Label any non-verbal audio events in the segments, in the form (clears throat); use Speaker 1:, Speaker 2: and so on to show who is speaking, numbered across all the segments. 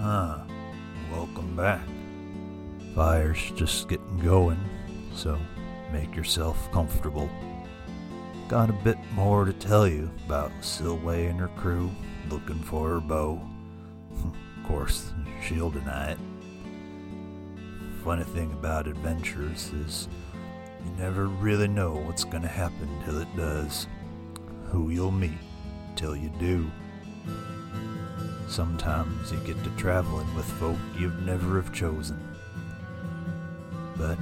Speaker 1: Ah, welcome back. Fire's just getting going, so make yourself comfortable. Got a bit more to tell you about Silway and her crew looking for her bow. (laughs) Of course, she'll deny it. Funny thing about adventures is you never really know what's going to happen till it does, who you'll meet till you do. Sometimes you get to traveling with folk you'd never have chosen. But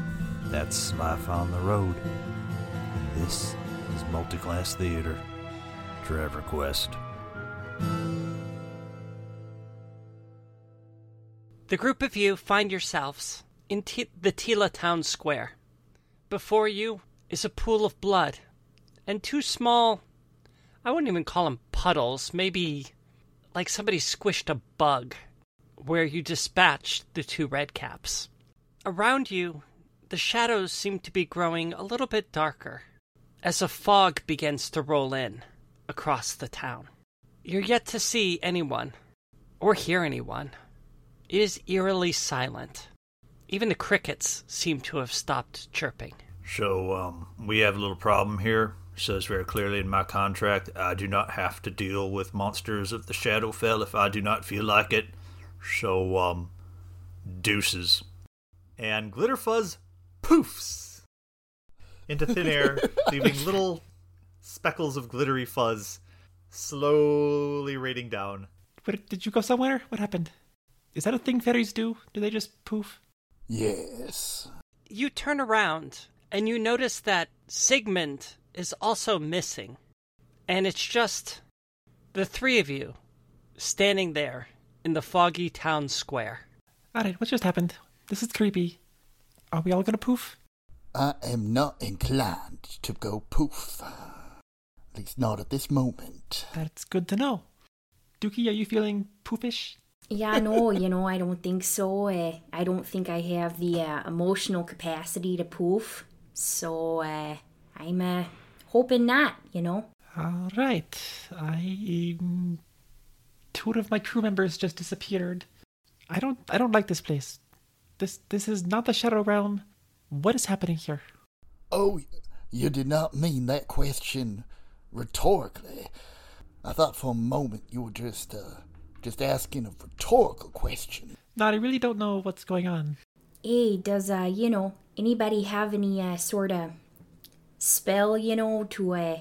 Speaker 1: that's life on the road. And this is Multiclass Theater. Trevor Quest.
Speaker 2: The group of you find yourselves in T- the Tila town square. Before you is a pool of blood and two small, I wouldn't even call them puddles, maybe like somebody squished a bug where you dispatched the two red caps. Around you, the shadows seem to be growing a little bit darker as a fog begins to roll in across the town. You're yet to see anyone or hear anyone. It is eerily silent. Even the crickets seem to have stopped chirping.
Speaker 1: So, um, we have a little problem here. It says very clearly in my contract, I do not have to deal with monsters of the Shadowfell if I do not feel like it. So, um, deuces. And Glitterfuzz poofs
Speaker 3: into thin air, leaving little speckles of glittery fuzz slowly raining down.
Speaker 4: What, did you go somewhere? What happened? Is that a thing fairies do? Do they just poof?
Speaker 5: (laughs) Yes.
Speaker 2: You turn around and you notice that Sigmund is also missing. And it's just the three of you standing there in the foggy town square.
Speaker 4: All right, what just happened? This is creepy. Are we all gonna poof?
Speaker 5: I am not inclined to go poof. At least not at this moment.
Speaker 4: That's good to know. Dookie, are you feeling poofish?
Speaker 6: Yeah, no, you know, I don't think so. Uh, I don't think I have the uh, emotional capacity to poof. So uh, I'm uh, hoping not, you know.
Speaker 4: All right, I um, two of my crew members just disappeared. I don't, I don't like this place. This, this is not the Shadow Realm. What is happening here?
Speaker 5: Oh, you did not mean that question rhetorically. I thought for a moment you were just, uh, just asking a rhetorical question.
Speaker 4: No, I really don't know what's going on.
Speaker 6: Hey, does uh, you know, anybody have any uh, sort of spell, you know, to uh,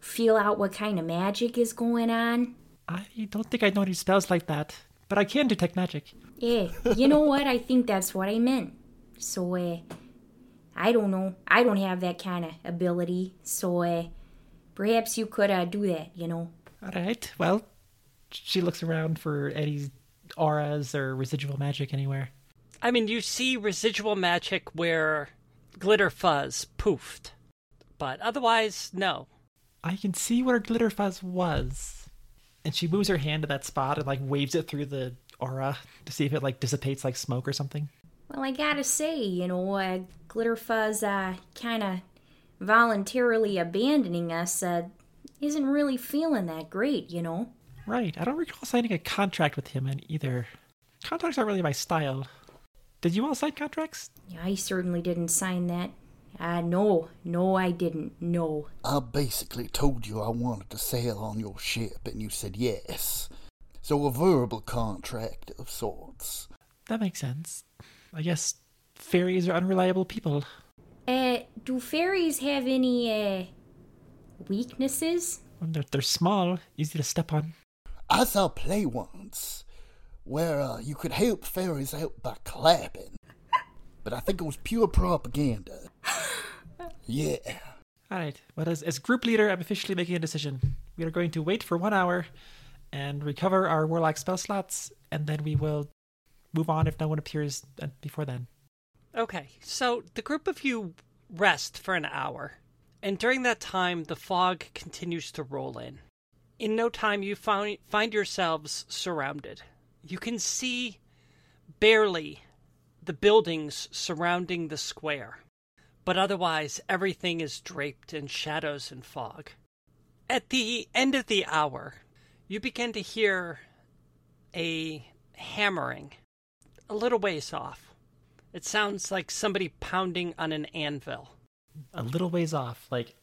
Speaker 6: feel out what kind of magic is going on?
Speaker 4: I don't think I know any spells like that, but I can detect magic.
Speaker 6: Yeah, Eh, you know what? I think that's what I meant. So, uh, I don't know. I don't have that kind of ability. So, uh, perhaps you could uh, do that, you know.
Speaker 4: All right, well, she looks around for any auras or residual magic anywhere.
Speaker 2: I mean, you see residual magic where glitter fuzz poofed, but otherwise, no.
Speaker 4: I can see where Glitterfuzz was. And she moves her hand to that spot and like waves it through the aura to see if it like dissipates like smoke or something.
Speaker 6: Well, I gotta say, you know, uh, Glitterfuzz uh, kind of voluntarily abandoning us uh, isn't really feeling that great, you know.
Speaker 4: Right. I don't recall signing a contract with him in either. Contracts aren't really my style. Did you all sign contracts?
Speaker 6: Yeah, I certainly didn't sign that. Uh, no, no, I didn't. No.
Speaker 5: I basically told you I wanted to sail on your ship, and you said yes. So a verbal contract of sorts.
Speaker 4: That makes sense. I guess fairies are unreliable people.
Speaker 6: Uh, do fairies have any uh, weaknesses?
Speaker 4: When They're, they're small, easy to step on.
Speaker 5: I saw a play once where uh, you could help fairies out by clapping, but I think it was pure propaganda. Yeah.
Speaker 4: All right. Well, as, as group leader, I'm officially making a decision. We are going to wait for one hour and recover our warlock spell slots, and then we will move on if no one appears uh, before then.
Speaker 2: Okay, so the group of you rest for an hour, and during that time, the fog continues to roll in. In no time, you find, find yourselves surrounded. You can see barely the buildings surrounding the square, but otherwise, everything is draped in shadows and fog. At the end of the hour, you begin to hear a hammering a little ways off. It sounds like somebody pounding on an anvil.
Speaker 4: A little ways off, like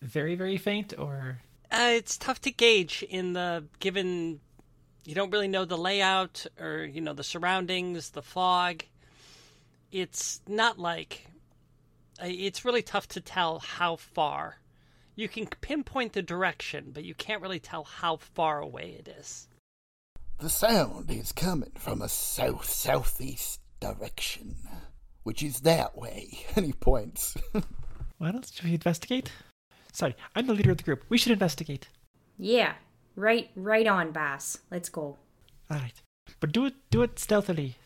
Speaker 4: very, very faint, or
Speaker 2: Uh, it's tough to gauge in the given you don't really know the layout or you know the surroundings, the fog. It's not like I- it's really tough to tell how far. You can pinpoint the direction, but you can't really tell how far away it is.
Speaker 5: The sound is coming from a south southeast direction, which is that way. (laughs) And he points.
Speaker 4: what else? Should we investigate? Sorry, I'm the leader of the group. We should investigate.
Speaker 6: Yeah, right, right on, boss. Let's go.
Speaker 4: All right, but do it, do it stealthily.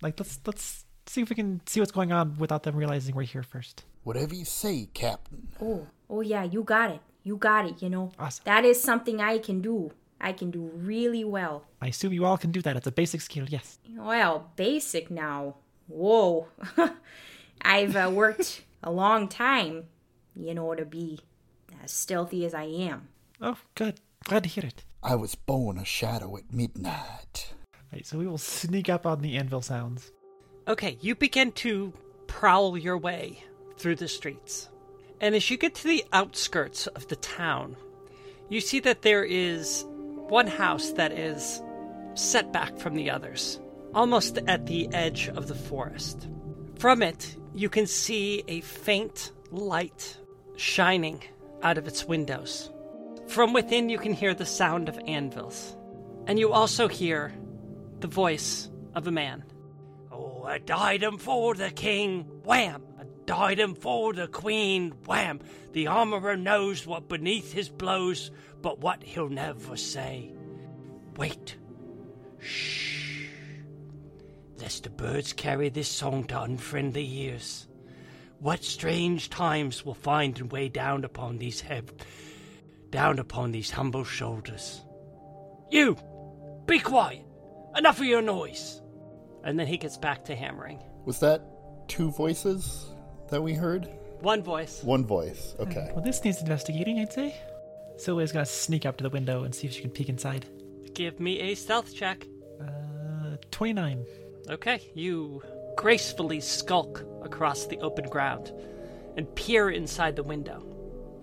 Speaker 4: Like let's let's see if we can see what's going on without them realizing we're here first.
Speaker 5: Whatever you say, Captain.
Speaker 6: Oh, oh yeah, you got it. You got it. You know
Speaker 4: Awesome.
Speaker 6: that is something I can do. I can do really well.
Speaker 4: I assume you all can do that. It's a basic skill, yes.
Speaker 6: Well, basic now. Whoa, (laughs) I've uh, worked a long time, you know, to be as stealthy as I am.
Speaker 4: Oh, good. Glad to hear it.
Speaker 5: I was born a shadow at midnight.
Speaker 4: All right, so we will sneak up on the anvil sounds.
Speaker 2: Okay, you begin to prowl your way through the streets. And as you get to the outskirts of the town, you see that there is one house that is set back from the others, almost at the edge of the forest. From it, you can see a faint light shining out of its windows. From within, you can hear the sound of anvils. And you also hear the voice of a man. Oh, I died him for the king, wham! I died him for the queen, wham! The armorer knows what beneath his blows, but what he'll never say. Wait. Shh. Lest the birds carry this song to unfriendly ears. What strange times will find and weigh down upon these hev- down upon these humble shoulders. You, be quiet. Enough of your noise. And then he gets back to hammering.
Speaker 5: Was that two voices that we heard?
Speaker 2: One voice.
Speaker 5: One voice. Okay.
Speaker 4: Well, this needs investigating, I'd say. Sylvia's gonna sneak up to the window and see if she can peek inside.
Speaker 2: Give me a stealth check.
Speaker 4: Uh, 29.
Speaker 2: Okay, you gracefully skulk across the open ground and peer inside the window.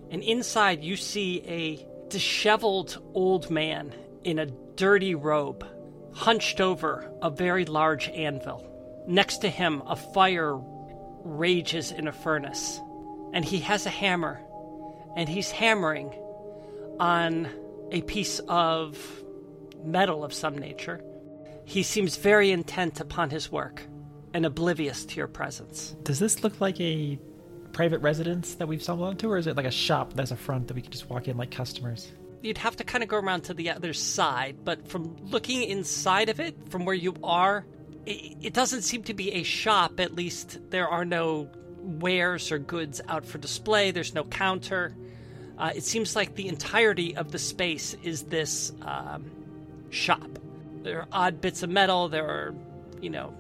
Speaker 2: And inside, you see a disheveled old man in a dirty robe, hunched over a very large anvil. Next to him, a fire rages in a furnace, and he has a hammer, and he's hammering on a piece of metal of some nature. He seems very intent upon his work and oblivious to your presence.
Speaker 4: Does this look like a private residence that we've stumbled onto, or is it like a shop that's a front that we can just walk in like customers?
Speaker 2: You'd have to kind of go around to the other side, but from looking inside of it, from where you are, it, it doesn't seem to be a shop. At least there are no wares or goods out for display, there's no counter. Uh, it seems like the entirety of the space is this um, shop. There are odd bits of metal, there are, you know,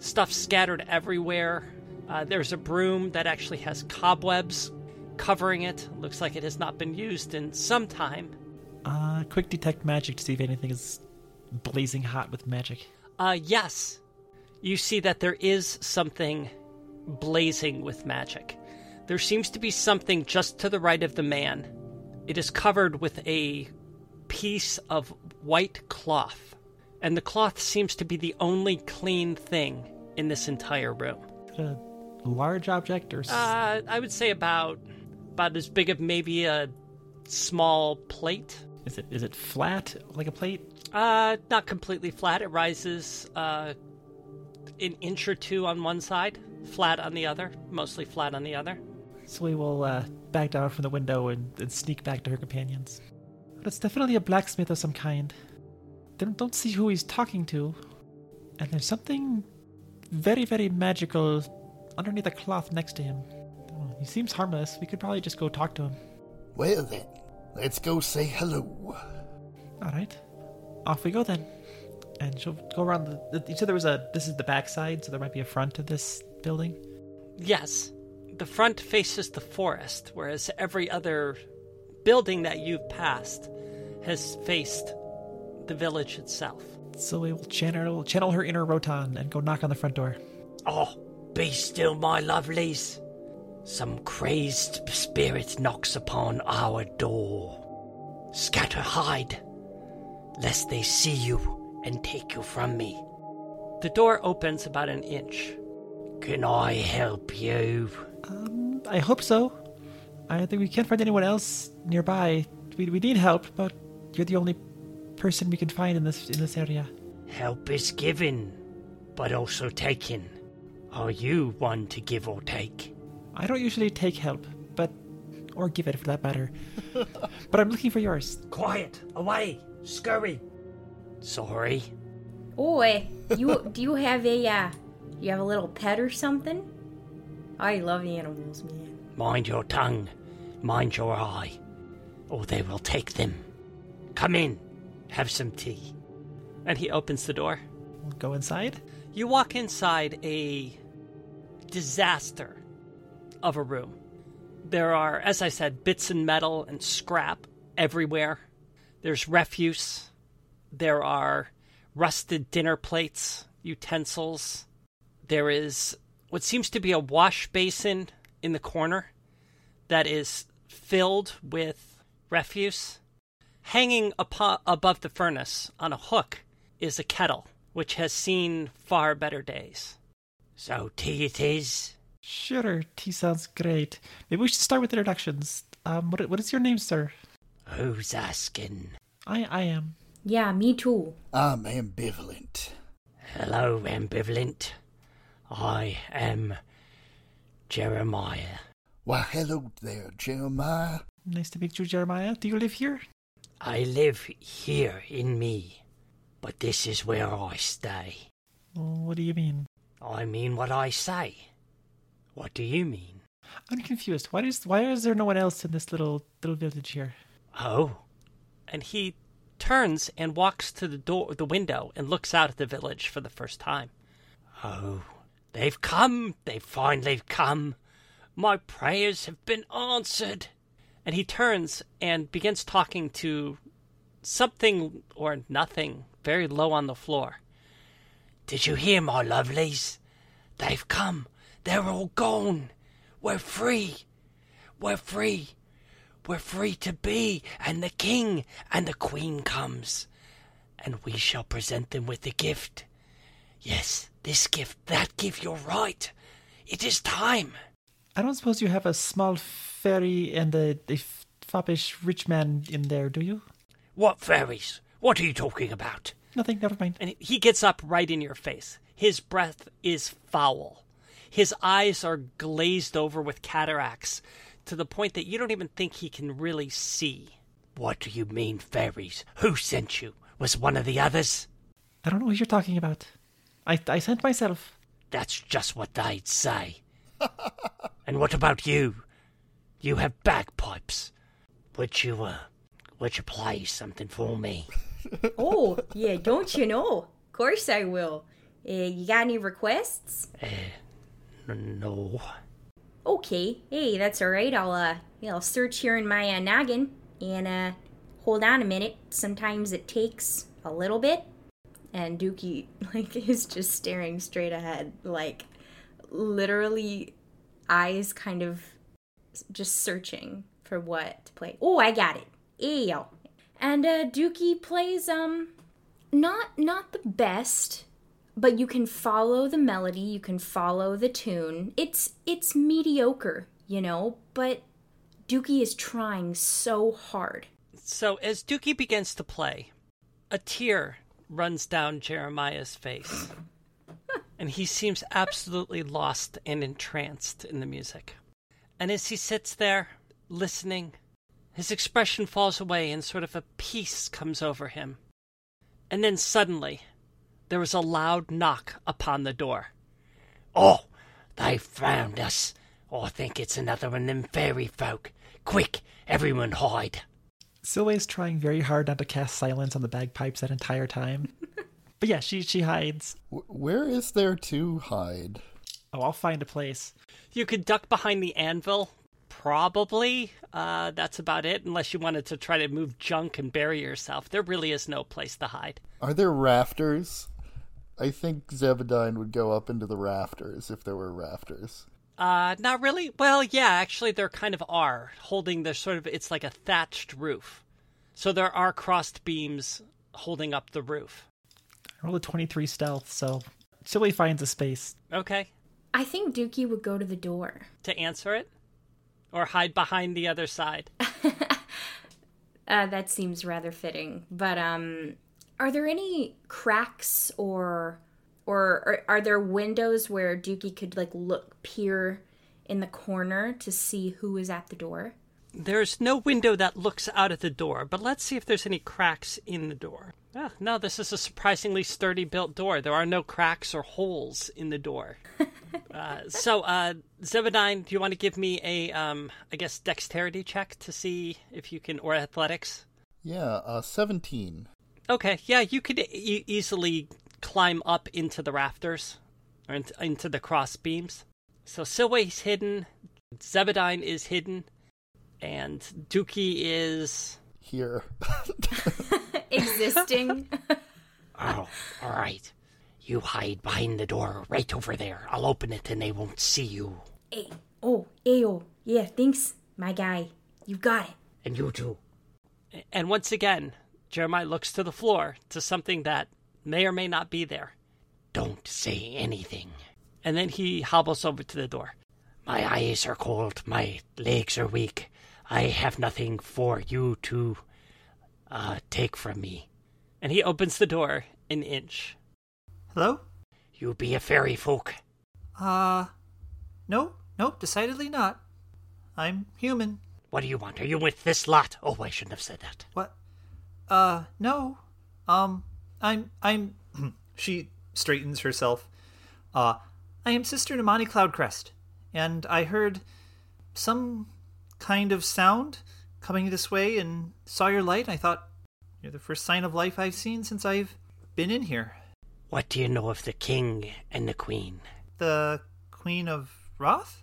Speaker 2: stuff scattered everywhere. Uh, there's a broom that actually has cobwebs covering it. Looks like it has not been used in some time.
Speaker 4: Uh, quick detect magic to see if anything is blazing hot with magic.
Speaker 2: Uh, yes, you see that there is something blazing with magic. There seems to be something just to the right of the man. It is covered with a piece of white cloth, and the cloth seems to be the only clean thing in this entire room.
Speaker 4: Is it a large object or s-
Speaker 2: Uh, I would say about about as big of maybe a small plate.
Speaker 4: is it is it flat like a plate?
Speaker 2: Uh, not completely flat. It rises uh, an inch or two on one side, flat on the other, mostly flat on the other.
Speaker 4: So we will uh, back down from the window and, and sneak back to her companions. But it's definitely a blacksmith of some kind. They don't- don't see who he's talking to. And there's something very, very magical underneath the cloth next to him. Oh, He seems harmless. We could probably just go talk to him.
Speaker 5: Well then, let's go say hello.
Speaker 4: All right. Off we go then. And she'll go around the. the- You said there was a. This is the backside, so there might be a front of this building.
Speaker 2: Yes, the front faces the forest, whereas every other building that you've passed has faced the village itself.
Speaker 4: Zoe will channel, channel her inner Rotan and go knock on the front door.
Speaker 2: Oh, be still, my lovelies. Some crazed spirit knocks upon our door. Scatter, hide, lest they see you and take you from me. The door opens about an inch. Can I help you?
Speaker 4: Um, I hope so. I don't think we can't find anyone else nearby. We, we need help, but you're the only person we can find in this in this area.
Speaker 2: Help is given, but also taken. Are you one to give or take?
Speaker 4: I don't usually take help, but or give it for that matter. but I'm looking for yours.
Speaker 2: Quiet, away, scurry. Sorry,
Speaker 6: Oi, you do you have a uh, you have a little pet or something? I love animals, man.
Speaker 2: Mind your tongue, mind your eye, or they will take them. Come in, have some tea. And he opens the door.
Speaker 4: We'll go inside.
Speaker 2: You walk inside a disaster of a room. There are, as I said, bits and metal and scrap everywhere. There's refuse. There are rusted dinner plates, utensils. There is what seems to be a wash basin in the corner that is filled with refuse. Hanging upon, above the furnace on a hook is a kettle, which has seen far better days. So tea it is.
Speaker 4: Sure, tea sounds great. Maybe we should start with introductions. Um, what, what is your name, sir?
Speaker 2: Who's asking?
Speaker 4: I I am.
Speaker 6: Yeah, me too.
Speaker 5: I'm ambivalent.
Speaker 2: Hello, ambivalent. I am Jeremiah.
Speaker 5: Why, hello there, Jeremiah.
Speaker 4: Nice to meet you, Jeremiah. Do you live here?
Speaker 2: I live here in me, but this is where I stay.
Speaker 4: What do you mean?
Speaker 2: I mean what I say. What do you mean?
Speaker 4: I'm confused. Why is why is there no one else in this little little village here?
Speaker 2: Oh. And he turns and walks to the door the window and looks out at the village for the first time. Oh, they've come. They've finally come. My prayers have been answered. And he turns and begins talking to something or nothing very low on the floor. Did you hear, my lovelies? They've come. They're all gone. We're free. We're free. We're free to be, and the king and the queen comes, and we shall present them with the gift. Yes, this gift, that gift, you're right. It is time.
Speaker 4: I don't suppose you have a small fairy and a, a f- foppish rich man in there, do you?
Speaker 2: What fairies? What are you talking about?
Speaker 4: Nothing. Never mind.
Speaker 2: And he gets up right in your face. His breath is foul. His eyes are glazed over with cataracts to the point that you don't even think he can really see. What do you mean, fairies? Who sent you? Was one of the others?
Speaker 4: I don't know what you're talking about. I I sent myself.
Speaker 2: That's just what they'd say. (laughs) and what about you? You have bagpipes. Would you, uh, would you play something for me?
Speaker 6: Oh, yeah, don't you know? Of course I will. Uh, you got any requests?
Speaker 2: N- No.
Speaker 6: Okay. Hey, that's all right. I'll uh, yeah, I'll search here in my uh, noggin and uh, hold on a minute. Sometimes it takes a little bit. And Dookie (laughs) like is just staring straight ahead, like literally eyes kind of s- just searching for what to play. Oh, I got it. Ayo. And uh, Dookie plays um not not the best but you can follow the melody you can follow the tune it's it's mediocre you know but dookie is trying so hard
Speaker 2: So as Dookie begins to play, a tear runs down Jeremiah's face. and he seems absolutely lost and entranced in the music. And as he sits there, listening, his expression falls away and sort of a peace comes over him. And then suddenly, there was a loud knock upon the door. Oh, they found us. I think it's another one of them fairy folk. Quick, everyone hide.
Speaker 4: Silway is trying very hard not to cast silence on the bagpipes that entire time. but yeah, she she hides.
Speaker 5: Wh- where is there to hide?
Speaker 4: Oh, I'll find a place.
Speaker 2: You could duck behind the anvil, probably. Uh, that's about it, unless you wanted to try to move junk and bury yourself. There really is no place to hide.
Speaker 7: Are there rafters? I think Zebedine would go up into the rafters if there were rafters.
Speaker 2: Uh, not really. Well, yeah, actually, there kind of are holding. There's sort of it's like a thatched roof, so there are crossed beams holding up the roof.
Speaker 4: I rolled a 23 stealth, so Silly finds a space.
Speaker 2: Okay,
Speaker 6: I think Dookie would go to the door.
Speaker 2: to answer it, or hide behind the other side.
Speaker 6: Uh, that seems rather fitting. But um, are there any cracks or, or or are there windows where Dookie could like look peer in the corner to see who is at the door? (laughs)
Speaker 2: There's no window that looks out at the door, but let's see if there's any cracks in the door. Ah, no, this is a surprisingly sturdy built door. There are no cracks or holes in the door. uh, so, uh, Zebedine, do you want to give me a, um, I guess, dexterity check to see if you can, or athletics?
Speaker 7: Yeah, uh, 17.
Speaker 2: Okay, yeah, you could e- easily climb up into the rafters or in- into the cross beams. So Silway's hidden, Zebedine is hidden, and Dookie is.
Speaker 7: Here. (laughs)
Speaker 6: Existing.
Speaker 2: Oh, all right. You hide behind the door right over there. I'll open it and they won't see you.
Speaker 6: hey, oh, ayo, yeah, thanks, my guy. You got it.
Speaker 2: And you too. And once again, Jeremiah looks to the floor to something that may or may not be there. Don't say anything. And then he hobbles over to the door. My eyes are cold. My legs are weak. I have nothing for you to uh, take from me. And he opens the door an inch.
Speaker 3: Hello?
Speaker 2: You be a fairy folk.
Speaker 3: Uh, no, nope, decidedly not. I'm human.
Speaker 2: What do you want? Are you with this lot? Oh, I shouldn't have said that.
Speaker 3: What? Uh, no. Um, I'm, I'm. (clears throat) she straightens herself. Uh, I am Sister Namani Cloudcrest, and I heard some kind of sound coming this way and saw your light. I thought, you're the first sign of life I've seen since I've been in here.
Speaker 2: What do you know of the king and the queen?
Speaker 3: The Queen of Wrath?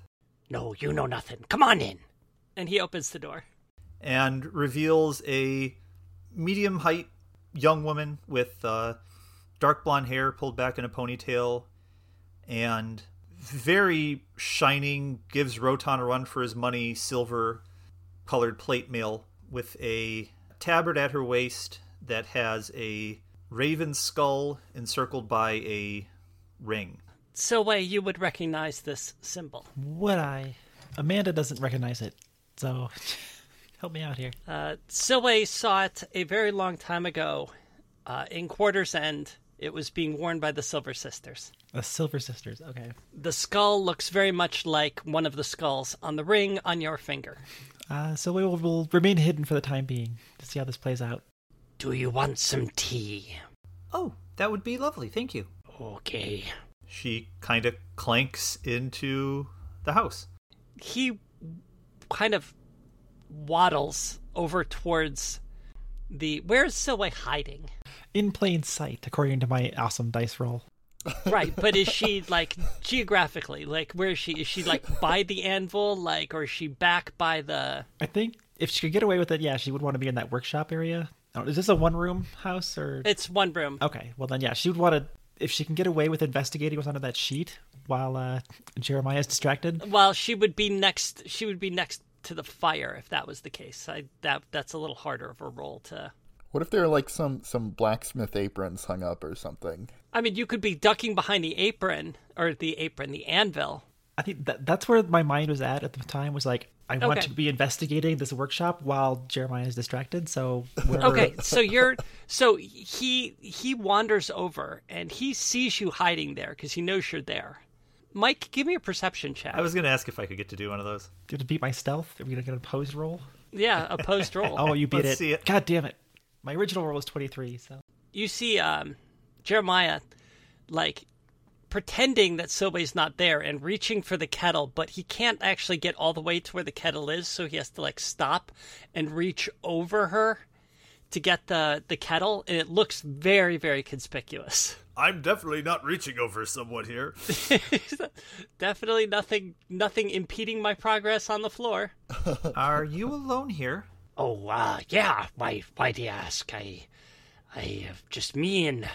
Speaker 2: No, you know nothing. Come on in. And he opens the door.
Speaker 3: and reveals a medium height young woman with uh, dark blonde hair pulled back in a ponytail and very shining, gives Rotan a run for his money, silver colored plate mail with a tabard at her waist that has a raven skull encircled by a ring.
Speaker 2: So, way you would recognize this symbol.
Speaker 4: Would I? Amanda doesn't recognize it, so (laughs) help me out here.
Speaker 2: Uh, Silway saw it a very long time ago uh, in Quarter's End. It was being worn by the Silver Sisters.
Speaker 4: The Silver Sisters. Okay.
Speaker 2: The skull looks very much like one of the skulls on the ring on your finger.
Speaker 4: Uh, so we will we'll remain hidden for the time being to see how this plays out.
Speaker 2: Do you want some tea?
Speaker 3: Oh, that would be lovely. Thank you.
Speaker 2: Okay.
Speaker 3: She kind of clanks into the house.
Speaker 2: he kind of waddles over towards the where's Silway hiding?
Speaker 4: In plain sight, according to my awesome dice roll.
Speaker 2: Right, but is she like geographically? Like where is she? Is she like by the anvil? Like or is she back by the
Speaker 4: I think if she could get away with it, yeah, she would want to be in that workshop area. Oh, is this a one room house or?
Speaker 2: It's one room.
Speaker 4: Okay, well then, yeah, she would want to. If she can get away with investigating what's under that sheet while uh, Jeremiah's distracted,
Speaker 2: Well, she would be next she would be next to the fire if that was the case. I that that's a little harder of a role to
Speaker 7: what if there are like some, some blacksmith aprons hung up or something?
Speaker 2: I mean, you could be ducking behind the apron or the apron, the anvil.
Speaker 4: I think that, that's where my mind was at at the time. Was like, I want
Speaker 2: Okay.
Speaker 4: to be investigating this workshop while Jeremiah is distracted. So we're
Speaker 2: okay so you're so he he wanders over and he sees you hiding there because he knows you're there mike give me a perception check
Speaker 3: I was going to ask if I could get to do one of those.
Speaker 4: going to beat my stealth. Are we going to get an opposed roll?
Speaker 2: yeah opposed
Speaker 3: (laughs)
Speaker 2: roll
Speaker 4: Oh, you beat
Speaker 3: Let's
Speaker 4: it.
Speaker 3: see it.
Speaker 4: God damn it! My original roll was twenty three. So
Speaker 2: you see um jeremiah like pretending that silway's not there and reaching for the kettle but he can't actually get all the way to where the kettle is so he has to like stop and reach over her to get the the kettle and it looks very very conspicuous (laughs)
Speaker 3: I'm definitely not reaching over someone here.
Speaker 2: Definitely nothing nothing impeding my progress on the floor.
Speaker 3: (laughs) Are you alone here?
Speaker 2: Oh, uh, yeah. Why, why do you ask? I, I have just me and,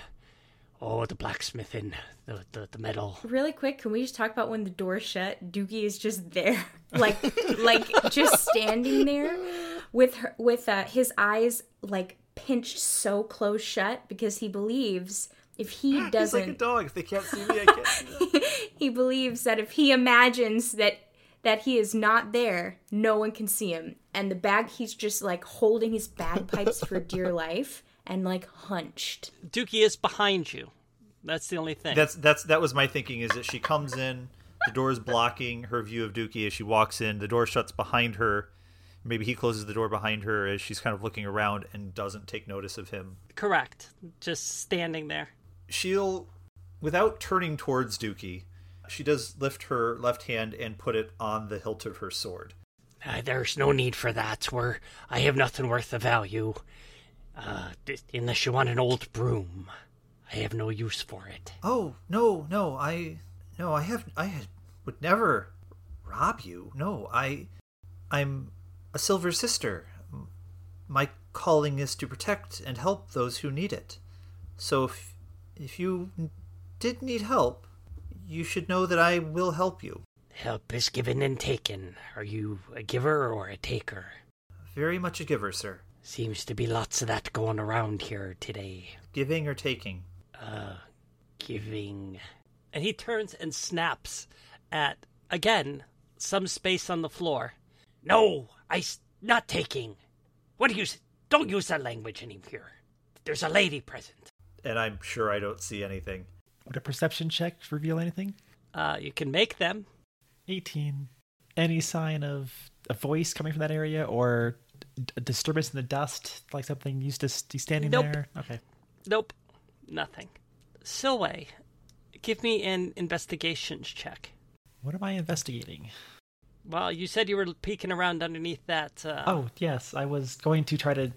Speaker 2: oh, the blacksmith and the, the, the metal.
Speaker 6: Really quick, can we just talk about when the door shut? Doogie is just there, (laughs) like, like just standing there, with her, with uh, his eyes like pinched so close shut because he believes if he
Speaker 3: (gasps) (laughs) He's like a
Speaker 6: doesn't,
Speaker 3: dog. If they can't see me, I can't see them.
Speaker 6: (laughs) he believes that if he imagines that that he is not there, no one can see him. And the bag, he's just like holding his bagpipes for
Speaker 3: (laughs)
Speaker 6: dear life and like hunched.
Speaker 2: Dookie is behind you. That's the only thing.
Speaker 3: That's that's that was my thinking. Is that she comes in, the door is blocking her view of Dookie as she walks in. The door shuts behind her. Maybe he closes the door behind her as she's kind of looking around and doesn't take notice of him.
Speaker 2: Correct. Just standing there.
Speaker 3: she'll without turning towards Dookie, she does lift her left hand and put it on the hilt of her sword.
Speaker 2: Uh, there's no need for that. We're, I have nothing worth the value. Uh, d- unless you want an old broom. I have no use for it.
Speaker 3: Oh, no, no, I no, I have I had- would never rob you. No, I I'm a silver sister. M- My calling is to protect and help those who need it. So if if you n- did need help, you should know that I will help you.
Speaker 2: Help is given and taken. Are you a giver or a taker?
Speaker 3: Very much a giver, sir.
Speaker 2: Seems to be lots of that going around here today.
Speaker 3: Giving or taking.
Speaker 2: uh, giving. And he turns and snaps at, again, some space on the floor. No, I s- not taking. What do you, s- don't use that language in here. There's a lady present.
Speaker 3: and I'm sure I don't see anything.
Speaker 4: Would a perception check reveal anything?
Speaker 2: Uh, you can make them.
Speaker 4: 18. Any sign of a voice coming from that area or d- a disturbance in the dust, like something used to be standing
Speaker 2: Nope.
Speaker 4: there? Okay.
Speaker 2: Nope, nothing. Silway, give me an investigations check.
Speaker 4: What am I investigating?
Speaker 2: Well, you said you were peeking around underneath that. Uh,
Speaker 4: Oh, yes, I was going to try to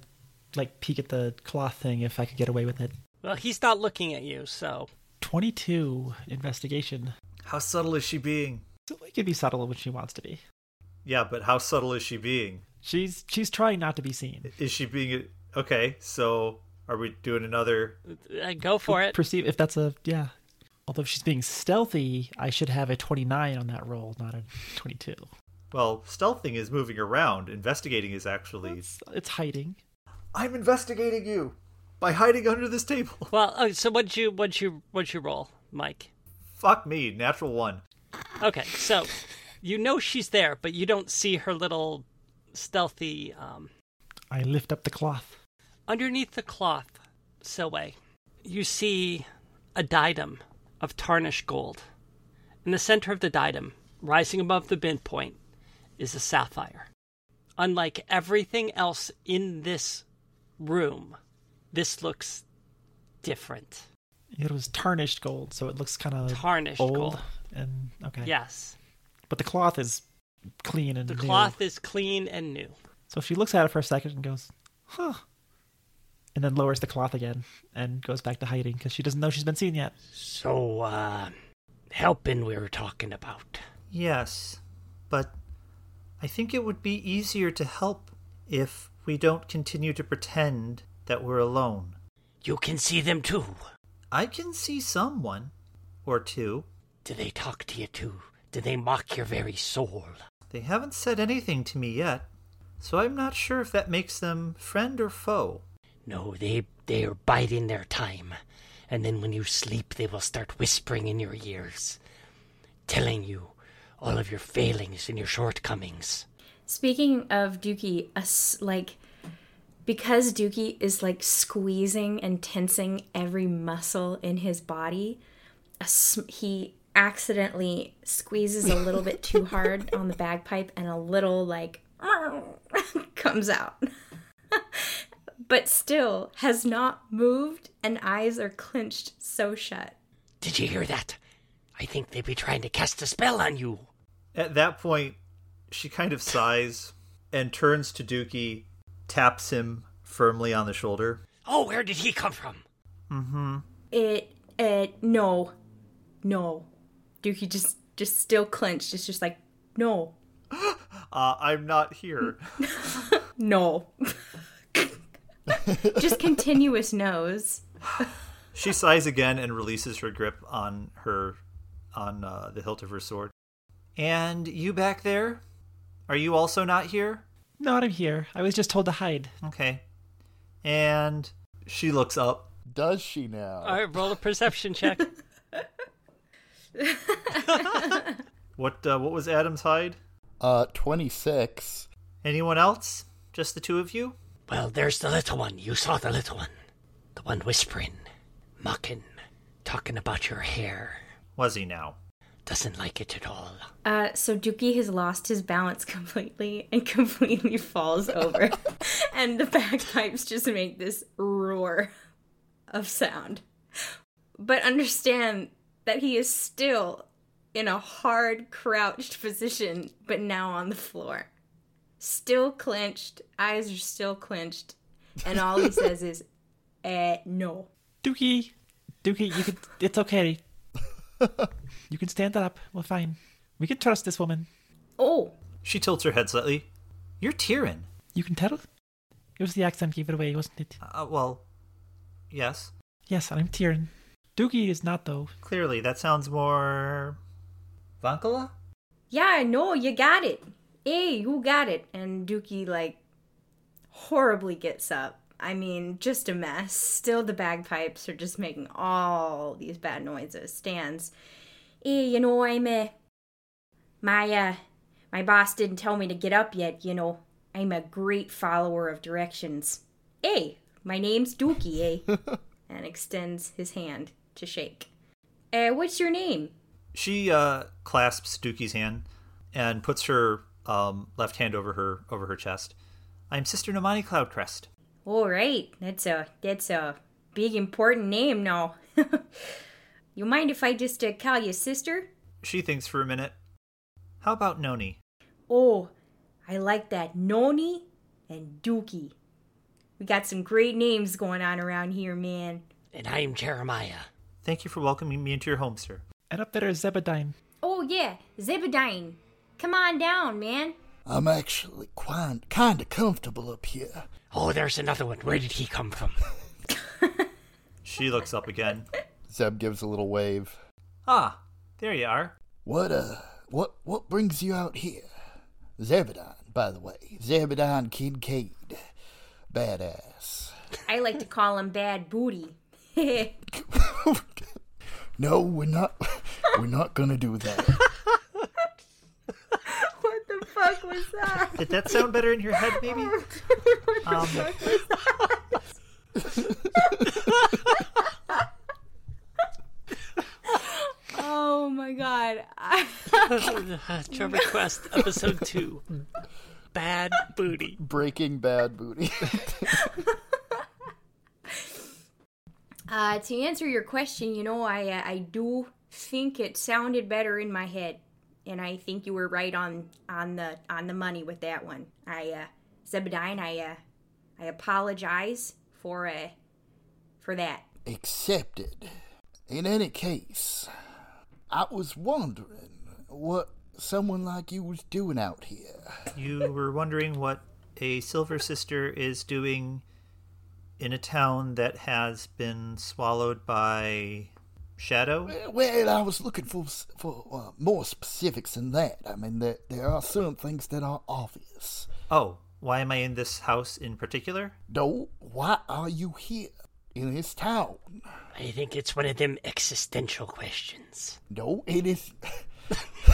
Speaker 4: like peek at the cloth thing if I could get away with it.
Speaker 2: Well, he's not looking at you, so
Speaker 4: 22 investigation.
Speaker 3: How subtle is she being?
Speaker 4: So we can be subtle when she wants to be.
Speaker 3: Yeah, but how subtle is she being?
Speaker 4: She's she's trying not to be seen.
Speaker 3: Is she being okay? So are we doing another?
Speaker 2: uh, go for it.
Speaker 4: Perceive if that's a yeah. Although if she's being stealthy, I should have a 29 on that roll, not a 22.
Speaker 3: Well, stealthing is moving around. Investigating is actually.
Speaker 4: It's, it's hiding.
Speaker 3: I'm investigating you by hiding under this table. (laughs)
Speaker 2: Well, oh, so what'd you what'd you what'd you roll, Mike?
Speaker 3: Fuck me, natural one.
Speaker 2: Okay, so you know she's there, but you don't see her little stealthy um,
Speaker 4: I lift up the cloth.
Speaker 2: underneath the cloth. Silway, you see a diadem of tarnished gold. In the center of the diadem, rising above the midpoint, is a sapphire. Unlike everything else in this room, this looks different.
Speaker 4: It was tarnished gold, so it looks kind of
Speaker 2: Tarnished
Speaker 4: old
Speaker 2: gold.
Speaker 4: and okay.
Speaker 2: Yes,
Speaker 4: but the cloth is clean and
Speaker 2: the
Speaker 4: new.
Speaker 2: cloth is clean and new.
Speaker 4: So she looks at it for a second and goes, "Huh," and then lowers the cloth again and goes back to hiding because she doesn't know she's been seen yet.
Speaker 2: So, uh, helping we were talking about.
Speaker 3: Yes, but I think it would be easier to help if we don't continue to pretend that we're alone.
Speaker 2: You can see them too.
Speaker 3: I can see someone or two.
Speaker 2: Do they talk to you too? Do they mock your very soul?
Speaker 3: They haven't said anything to me yet, so I'm not sure if that makes them friend or foe.
Speaker 2: No, they they are biding their time, and then when you sleep, they will start whispering in your ears, telling you all of your failings and your shortcomings.
Speaker 6: Speaking of Dookie, us like because Dookie is like squeezing and tensing every muscle in his body, a s he accidentally squeezes a little bit too hard on the bagpipe, and a little like (laughs) comes out. (laughs) but still has not moved, and eyes are clenched so shut.
Speaker 2: Did you hear that? I think they'd be trying to cast a spell on you.
Speaker 3: At that point, she kind of sighs and turns to Dookie, taps him firmly on the shoulder.
Speaker 2: Oh, where did he come from?
Speaker 3: Mm hmm.
Speaker 6: It uh, no, no. Dookie just, just still clenched. It's just like, no,
Speaker 3: Uh, I'm not here.
Speaker 6: no. (laughs) just continuous no's.
Speaker 3: She sighs again and releases her grip on her, on uh, the hilt of her sword. And you back there? Are you also not here?
Speaker 4: No, I'm here. I was just told to hide.
Speaker 3: Okay. And she looks up.
Speaker 7: Does she now?
Speaker 2: All right, roll a perception check.
Speaker 3: What uh, what was Adam's hide?
Speaker 7: Uh, 26.
Speaker 3: Anyone else? Just the two of you?
Speaker 2: well, there's the little one. You saw the little one. The one whispering, mocking, talking about your hair.
Speaker 3: Was he now?
Speaker 2: Doesn't like it at all.
Speaker 6: Uh, so Dookie has lost his balance completely and completely falls over. and the bagpipes just make this roar of sound. But understand that he is still in a hard crouched position, but now on the floor. Still clenched, eyes are still clenched, and all he says is, eh, no.
Speaker 4: Dookie, Dookie, you could. It's okay. you can stand up. We're fine. We can trust this woman.
Speaker 6: Oh,
Speaker 3: She tilts her head slightly. You're Tyrion.
Speaker 4: You can tell. It was the accent gave it away, wasn't it?
Speaker 3: Uh, well, yes.
Speaker 4: Yes, I'm Tyrion. Dookie is not though.
Speaker 3: Clearly, that sounds more. Vankala?
Speaker 6: yeah, no, you got it. Hey, who got it? And Dookie, like, horribly gets up. I mean, just a mess. Still, the bagpipes are just making all these bad noises. Stands. Hey, you know, I'm a. My, uh, my boss didn't tell me to get up yet, you know. I'm a great follower of directions. Hey, my name's Dookie, eh? and extends his hand to shake. Uh, what's your name?
Speaker 3: She uh, clasps Dookie's hand and puts her um, left hand over her over her chest. I'm Sister Nomani Cloudcrest.
Speaker 6: All right, that's a that's a big important name now. (laughs) you mind if I just uh, call you sister?
Speaker 3: She thinks for a minute. How about Noni?
Speaker 6: Oh, I like that Noni and Dookie. We got some great names going on around here, man.
Speaker 2: And I'm Jeremiah.
Speaker 3: Thank you for welcoming me into your home, sir.
Speaker 4: And up there is Zebedine.
Speaker 6: Oh yeah, Zebedine. Come on down, man.
Speaker 5: I'm actually quite, kinda comfortable up here.
Speaker 2: Oh, there's another one. Where did he come from?
Speaker 3: She looks up again.
Speaker 7: Zeb gives a little wave.
Speaker 3: Ah, there you are.
Speaker 5: What uh what what brings you out here? Zebedine, by the way. Zebedine Kincaid. Badass. (laughs)
Speaker 6: I like to call him Bad Booty.
Speaker 5: No, we're not (laughs) we're not gonna do that. (laughs)
Speaker 6: (laughs) what the fuck was that?
Speaker 3: Did that sound better in your head, maybe? Um,
Speaker 6: (laughs) Oh my god.
Speaker 2: (laughs)
Speaker 6: (laughs)
Speaker 2: Trevor Quest, episode two. Bad booty.
Speaker 7: Breaking Bad Booty.
Speaker 6: Uh, to answer your question, you know, I uh, I do think it sounded better in my head, and I think you were right on on the on the money with that one. I uh, Zebedine, I uh, I apologize for uh for that.
Speaker 5: (laughs) Accepted. In any case, I was wondering what someone like you was doing out here.
Speaker 3: you were wondering what a Silver Sister is doing in a town that has been swallowed by shadow.
Speaker 5: Well, Well, I was looking for s- for uh, more specifics than that. I mean, there there are some things that are obvious.
Speaker 3: Oh, why am I in this house in particular?
Speaker 5: No, why are you here in this town?
Speaker 2: I think it's one of them existential questions.
Speaker 5: No, it is. (laughs)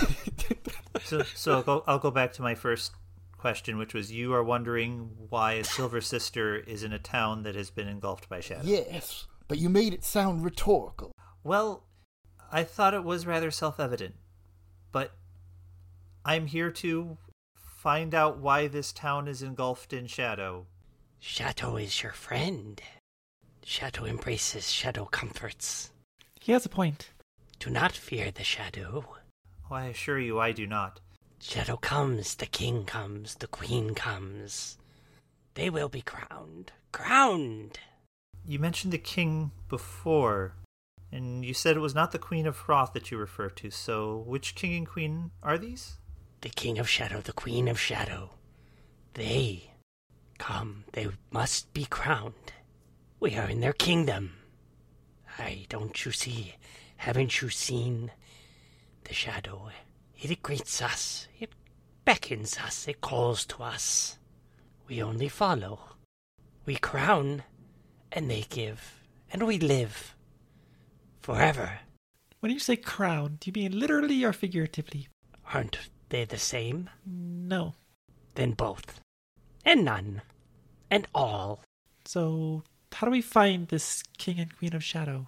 Speaker 3: So, so I'll, go, I'll go back to my first question, which was you are wondering why a Silver Sister is in a town that has been engulfed by shadow.
Speaker 5: yes, but you made it sound rhetorical.
Speaker 3: Well, I thought it was rather self evident, but I'm here to find out why this town is engulfed in shadow.
Speaker 2: Shadow is your friend. Shadow embraces, shadow comforts.
Speaker 4: He has a point.
Speaker 2: Do not fear the shadow.
Speaker 3: Oh, I assure you, I do not.
Speaker 2: Shadow comes, the king comes, the queen comes. They will be crowned. Crowned!
Speaker 3: You mentioned the king before. And you said it was not the Queen of Froth that you refer to, so which king and queen are these?
Speaker 2: The King of Shadow, the Queen of Shadow. They come. They must be crowned. We are in their kingdom. Ay, don't you see? Haven't you seen the shadow? It greets us. It beckons us. It calls to us. We only follow. We crown, and they give, and we live. Forever.
Speaker 4: When you say crown, do you mean literally or figuratively?
Speaker 2: Aren't they the same?
Speaker 4: No.
Speaker 2: Then both. And none. And all.
Speaker 4: So, how do we find this king and queen of shadow?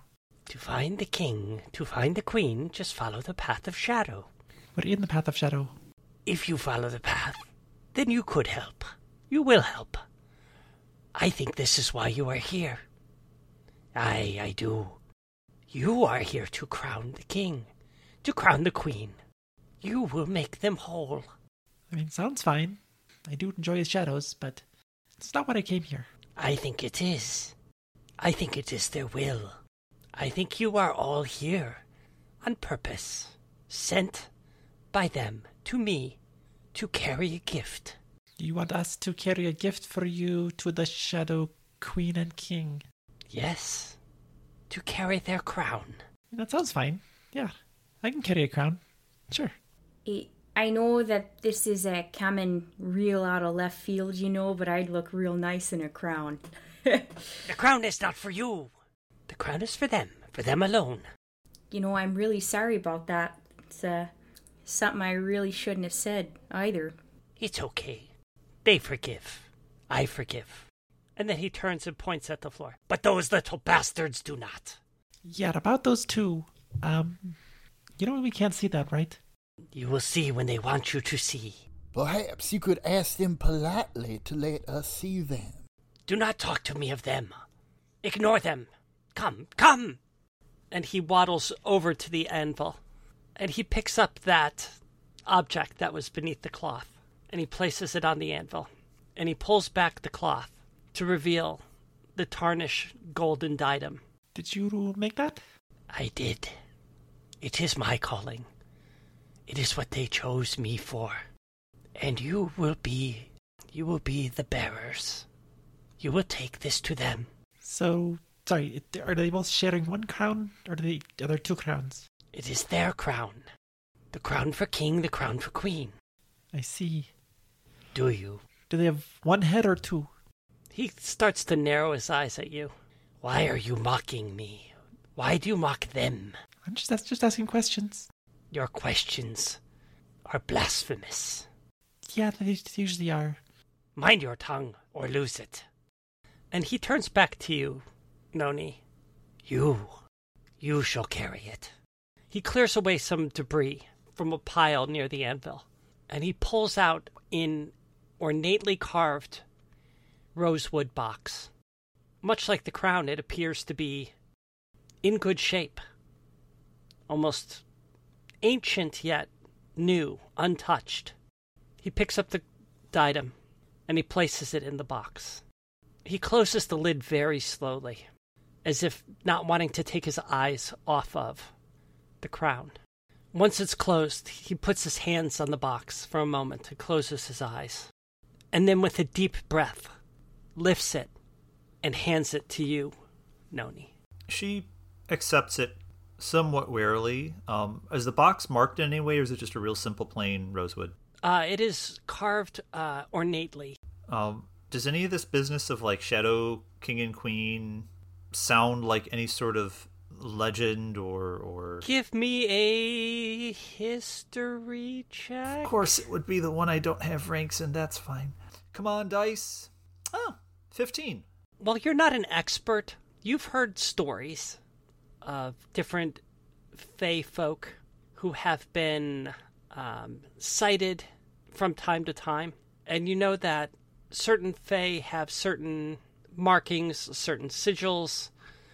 Speaker 2: To find the king, to find the queen, just follow the path of shadow.
Speaker 4: We're in the path of shadow.
Speaker 2: If you follow the path, then you could help. You will help. I think this is why you are here. Aye, I do. You are here to crown the king, to crown the queen. You will make them whole.
Speaker 4: I mean, sounds fine. I do enjoy his shadows, but it's not what I came here.
Speaker 2: I think it is. I think it is their will. I think you are all here on purpose, sent by them to me to carry a gift.
Speaker 4: You want us to carry a gift for you to the shadow queen and king.
Speaker 2: Yes, to carry their crown.
Speaker 4: That sounds fine. Yeah, I can carry a crown. Sure.
Speaker 6: It, I know that this is a common real out of left field, you know, but I'd look real nice in a crown. (laughs)
Speaker 2: The crown is not for you. The crown is for them, for them alone.
Speaker 6: you know, I'm really sorry about that. It's uh, something I really shouldn't have said either.
Speaker 2: It's okay. They forgive. I forgive. And then he turns and points at the floor. But those little bastards do not.
Speaker 4: Yeah, about those two. Um, you know we can't see that, right?
Speaker 2: You will see when they want you to see.
Speaker 5: Perhaps you could ask them politely to let us see them.
Speaker 2: Do not talk to me of them. Ignore them. Come, come! And he waddles over to the anvil. And he picks up that object that was beneath the cloth. And he places it on the anvil. And he pulls back the cloth to reveal the tarnished golden diadem.
Speaker 4: Did you make that?
Speaker 2: I did. It is my calling. It is what they chose me for. And you will be. You will be the bearers. You will take this to them.
Speaker 4: So, sorry, it- are they both sharing one crown, or are they are there two crowns?
Speaker 2: It is their crown. The crown for king, the crown for queen.
Speaker 4: I see.
Speaker 2: Do you?
Speaker 4: Do they have one head or two?
Speaker 2: He starts to narrow his eyes at you. Why are you mocking me? Why do you mock them?
Speaker 4: I'm just that's just asking questions.
Speaker 2: Your questions are blasphemous.
Speaker 4: Yeah, they usually are.
Speaker 2: Mind your tongue or lose it. And he turns back to you, Noni. You, you shall carry it. He clears away some debris from a pile near the anvil, and he pulls out an ornately carved rosewood box. Much like the crown, it appears to be in good shape, almost ancient yet new, untouched. He picks up the diadem and he places it in the box. He closes the lid very slowly, as if not wanting to take his eyes off of the crown. Once it's closed, he puts his hands on the box for a moment and closes his eyes, and then with a deep breath, lifts it and hands it to you, Noni.
Speaker 3: She accepts it somewhat warily. Um, is the box marked in any way, or is it just a real simple plain rosewood?
Speaker 2: Uh, it is carved uh, ornately.
Speaker 3: Um, does any of this business of like Shadow King and Queen sound like any sort of legend or or?
Speaker 2: Give me a history check.
Speaker 3: Of course, it would be the one I don't have ranks in. That's fine. Come on, dice. Oh, 15.
Speaker 2: Well, you're not an expert. You've heard stories of different Fey folk who have been um, sighted from time to time, and you know that certain Fey have certain markings, certain sigils,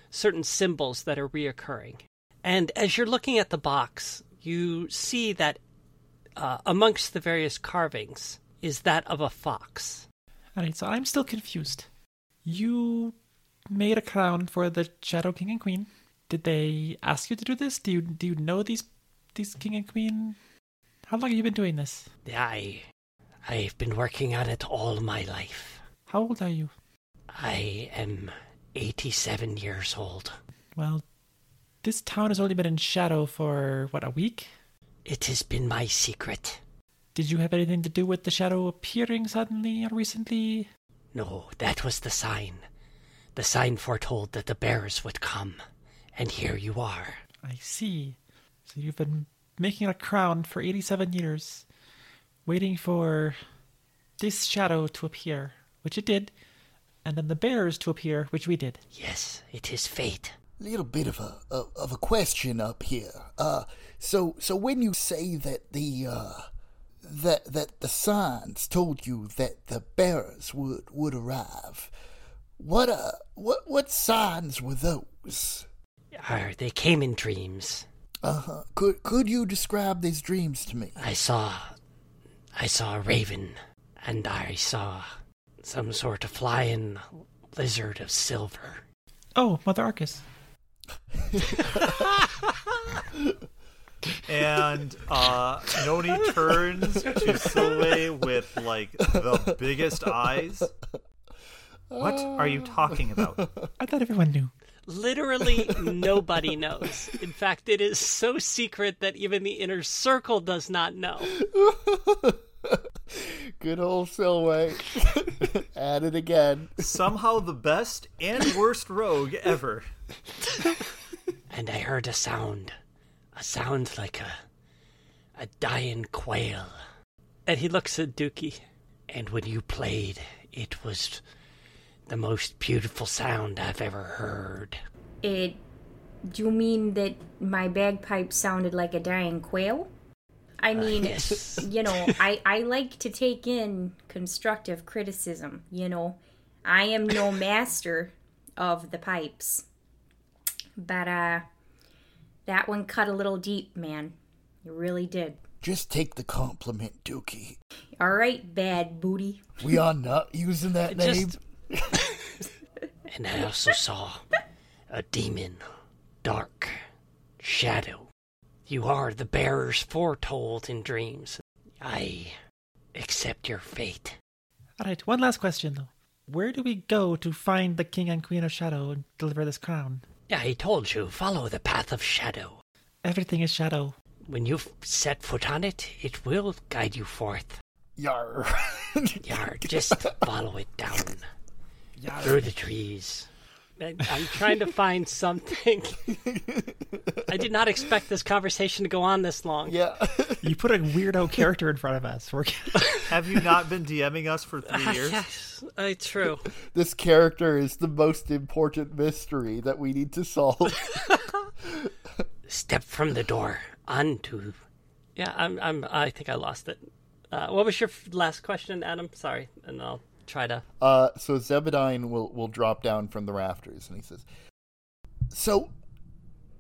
Speaker 2: certain symbols that are reoccurring. And as you're looking at the box, you see that uh, amongst the various carvings is that of a fox.
Speaker 4: All right, so I'm still confused. You made a crown for the Shadow King and Queen, Did they ask you to do this? Do you do you know these these king and queen? How long have you been doing this?
Speaker 2: I, I've been working on it all my life.
Speaker 4: How old are you?
Speaker 2: I am 87 years old.
Speaker 4: Well, this town has only been in shadow for what a week.
Speaker 2: It has been my secret.
Speaker 4: Did you have anything to do with the shadow appearing suddenly or recently?
Speaker 2: No, that was the sign. The sign foretold that the bears would come. And here you are.
Speaker 4: I see. So you've been making a crown for 87 years, waiting for this shadow to appear, which it did, and then the bears to appear, which we did.
Speaker 2: Yes, it is fate.
Speaker 5: little bit of a of, of a question up here. Uh, so so when you say that the uh, that that the signs told you that the bearers would would arrive, what uh what what signs were those?
Speaker 2: Er, they came in dreams.
Speaker 5: Uh huh. Could could you describe these dreams to me?
Speaker 2: I saw. I saw a raven, and I saw some sort of flying lizard of silver.
Speaker 4: Oh, Mother Arcus.
Speaker 3: And uh, Noni turns to Silway with like the biggest eyes. What are you talking about?
Speaker 4: I thought everyone knew.
Speaker 2: Literally nobody knows. In fact, it is so secret that even the inner circle does not
Speaker 7: (laughs)
Speaker 2: know.
Speaker 7: Good old Silway. (laughs) At it again.
Speaker 3: Somehow the best and worst rogue ever.
Speaker 2: And I heard a sound. A sound like a a dying quail. And he looks at Dookie. And when you played, it was the most beautiful sound I've ever heard.
Speaker 6: It. Do you mean that my bagpipe sounded like a dying quail? I mean,
Speaker 2: yes.
Speaker 6: (laughs) you know, I, I like to take in constructive criticism, you know. I am no master of the pipes. But, uh, that one cut a little deep, man. It really did.
Speaker 5: Just take the compliment, Dookie.
Speaker 6: All right, bad booty.
Speaker 5: We are not using that name.
Speaker 2: Just- And I also saw a demon, dark, shadow. You are the bearers foretold in dreams. I accept your fate.
Speaker 4: All right, one last question though. Where do we go to find the king and queen of shadow and deliver this crown?
Speaker 2: I told you, follow the path of shadow.
Speaker 4: Everything is shadow.
Speaker 2: When you set foot on it, it will guide you forth.
Speaker 7: Yar.
Speaker 2: Yar, just follow it down through the trees. I- I'm trying to find something. I did not expect this conversation to go on this long.
Speaker 7: (laughs) Yeah.
Speaker 4: (laughs)
Speaker 7: (laughs)
Speaker 4: You put a weirdo character in front of us. We're
Speaker 3: Have you not been DMing us for (laughs) three years?
Speaker 2: Ah, Yes, uh, true.
Speaker 7: this character is the most important mystery that we need to solve.
Speaker 2: Step from the door onto. Yeah, I'm. I'm. I think I lost it. Uh, what was your f- last question, Adam? Sorry, and I'll try to.
Speaker 7: Uh, so Zebedine will, will drop down from the rafters and he says,
Speaker 5: So,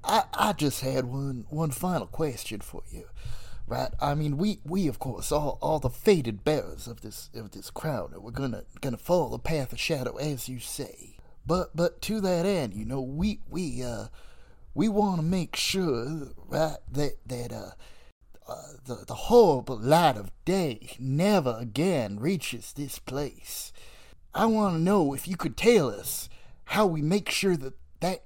Speaker 5: I I just had one one final question for you, right? I mean, we we of course all all the fated bearers of this of this crown, and we're gonna gonna follow the path of shadow as you say. But but to that end, you know, we we uh we want to make sure, right, that that uh. Uh, the, the horrible light of day never again reaches this place. I want to know if you could tell us how we make sure that that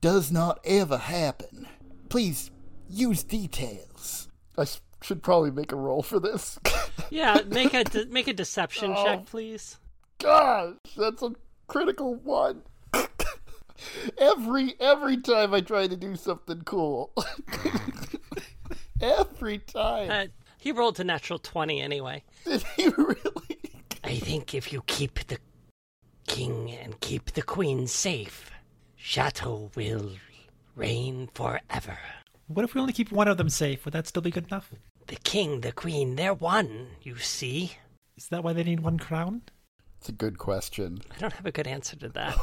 Speaker 5: does not ever happen. Please use details.
Speaker 7: I s- should probably make a roll for this. (laughs)
Speaker 2: Yeah, make a de- make a deception check, please.
Speaker 7: Gosh, that's a critical one. (laughs) every every time I try to do something cool. (laughs) every time.
Speaker 2: Uh, he rolled a natural twenty anyway.
Speaker 7: (laughs) Did he really?
Speaker 2: I think if you keep the king and keep the queen safe, Chateau will reign forever.
Speaker 4: What if we only keep one of them safe? Would that still be good enough?
Speaker 2: The king, the queen, they're one, you see.
Speaker 4: Is that why they need one crown?
Speaker 7: It's a good
Speaker 5: (laughs)
Speaker 7: question.
Speaker 2: I don't have a good answer to that.